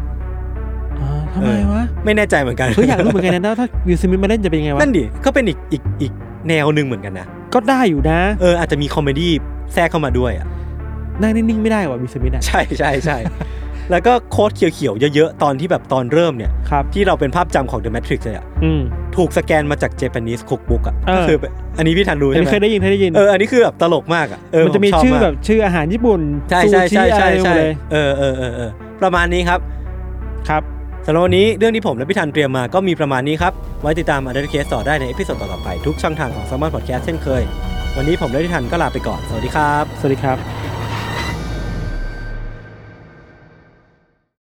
C: อ่าทำไมวะ
B: ไม่แน่ใจเหมือนกัน
C: เฮ้ยอยากรู้เหมือนกันนะถ้าวิลสมิธมาเล่นจะเป็นยังไงวะ
B: นั่นดิ ก็เป็นอีกอีกอีกแนวหนึ่งเหมือนกันนะ
C: ก็ได้อยู่นะ
B: เอออาจจะมีคอมเมดี้แทรกเข้ามาด้วยอ่ะ
C: นั่งนิ่งๆไม่ได้ว่ะวิลสมิธอ่ะ
B: ใช่ใช่ใช่ <laughs> แล้วก็โค้ดเขียวๆ เยอะๆ ตอนที่แบบตอนเริ่มเนี่ย
C: ครับ
B: ที่เราเป็นภาพจำของ The Matrix เลยอ่ะ
C: อืม
B: ถูกสแกนมาจาก Japanese cookbook อ่ะ
C: เออ
B: ก็คือแบบอันนี้พี่ทันรู้
C: อัน
B: ใช่ไหม
C: นี้เคยได้ยินเคยได้ยิน
B: เอออันนี้คือแบบตลกมากอ่ะเออ
C: มันจะมี
B: ผ
C: ชื่อ
B: าก
C: แบบชื่ออาหารญี่ปุ่น
B: ใช่
C: ซู
B: ใช่
C: ชิ
B: ใช่
C: อะไร
B: ใช่
C: หม
B: ใช่
C: ดเลย
B: เออเออเออเออประมาณนี้ครับ
C: ครับ
B: สำหรับวันนี้เรื่องที่ผมและพี่ธันเตรียมมาก็มีประมาณนี้ครับ ไว้ติดตามอันเดอร์เคสต่อได้ในเอพิโซดต่อๆไปทุกช่องทางของ s ซ m มอนพอดแคสต์เช่นเคย วันนี้ผมและพี่ธันก็ลาไปก่อน สวัสดีครับ
C: สวัสดีครับ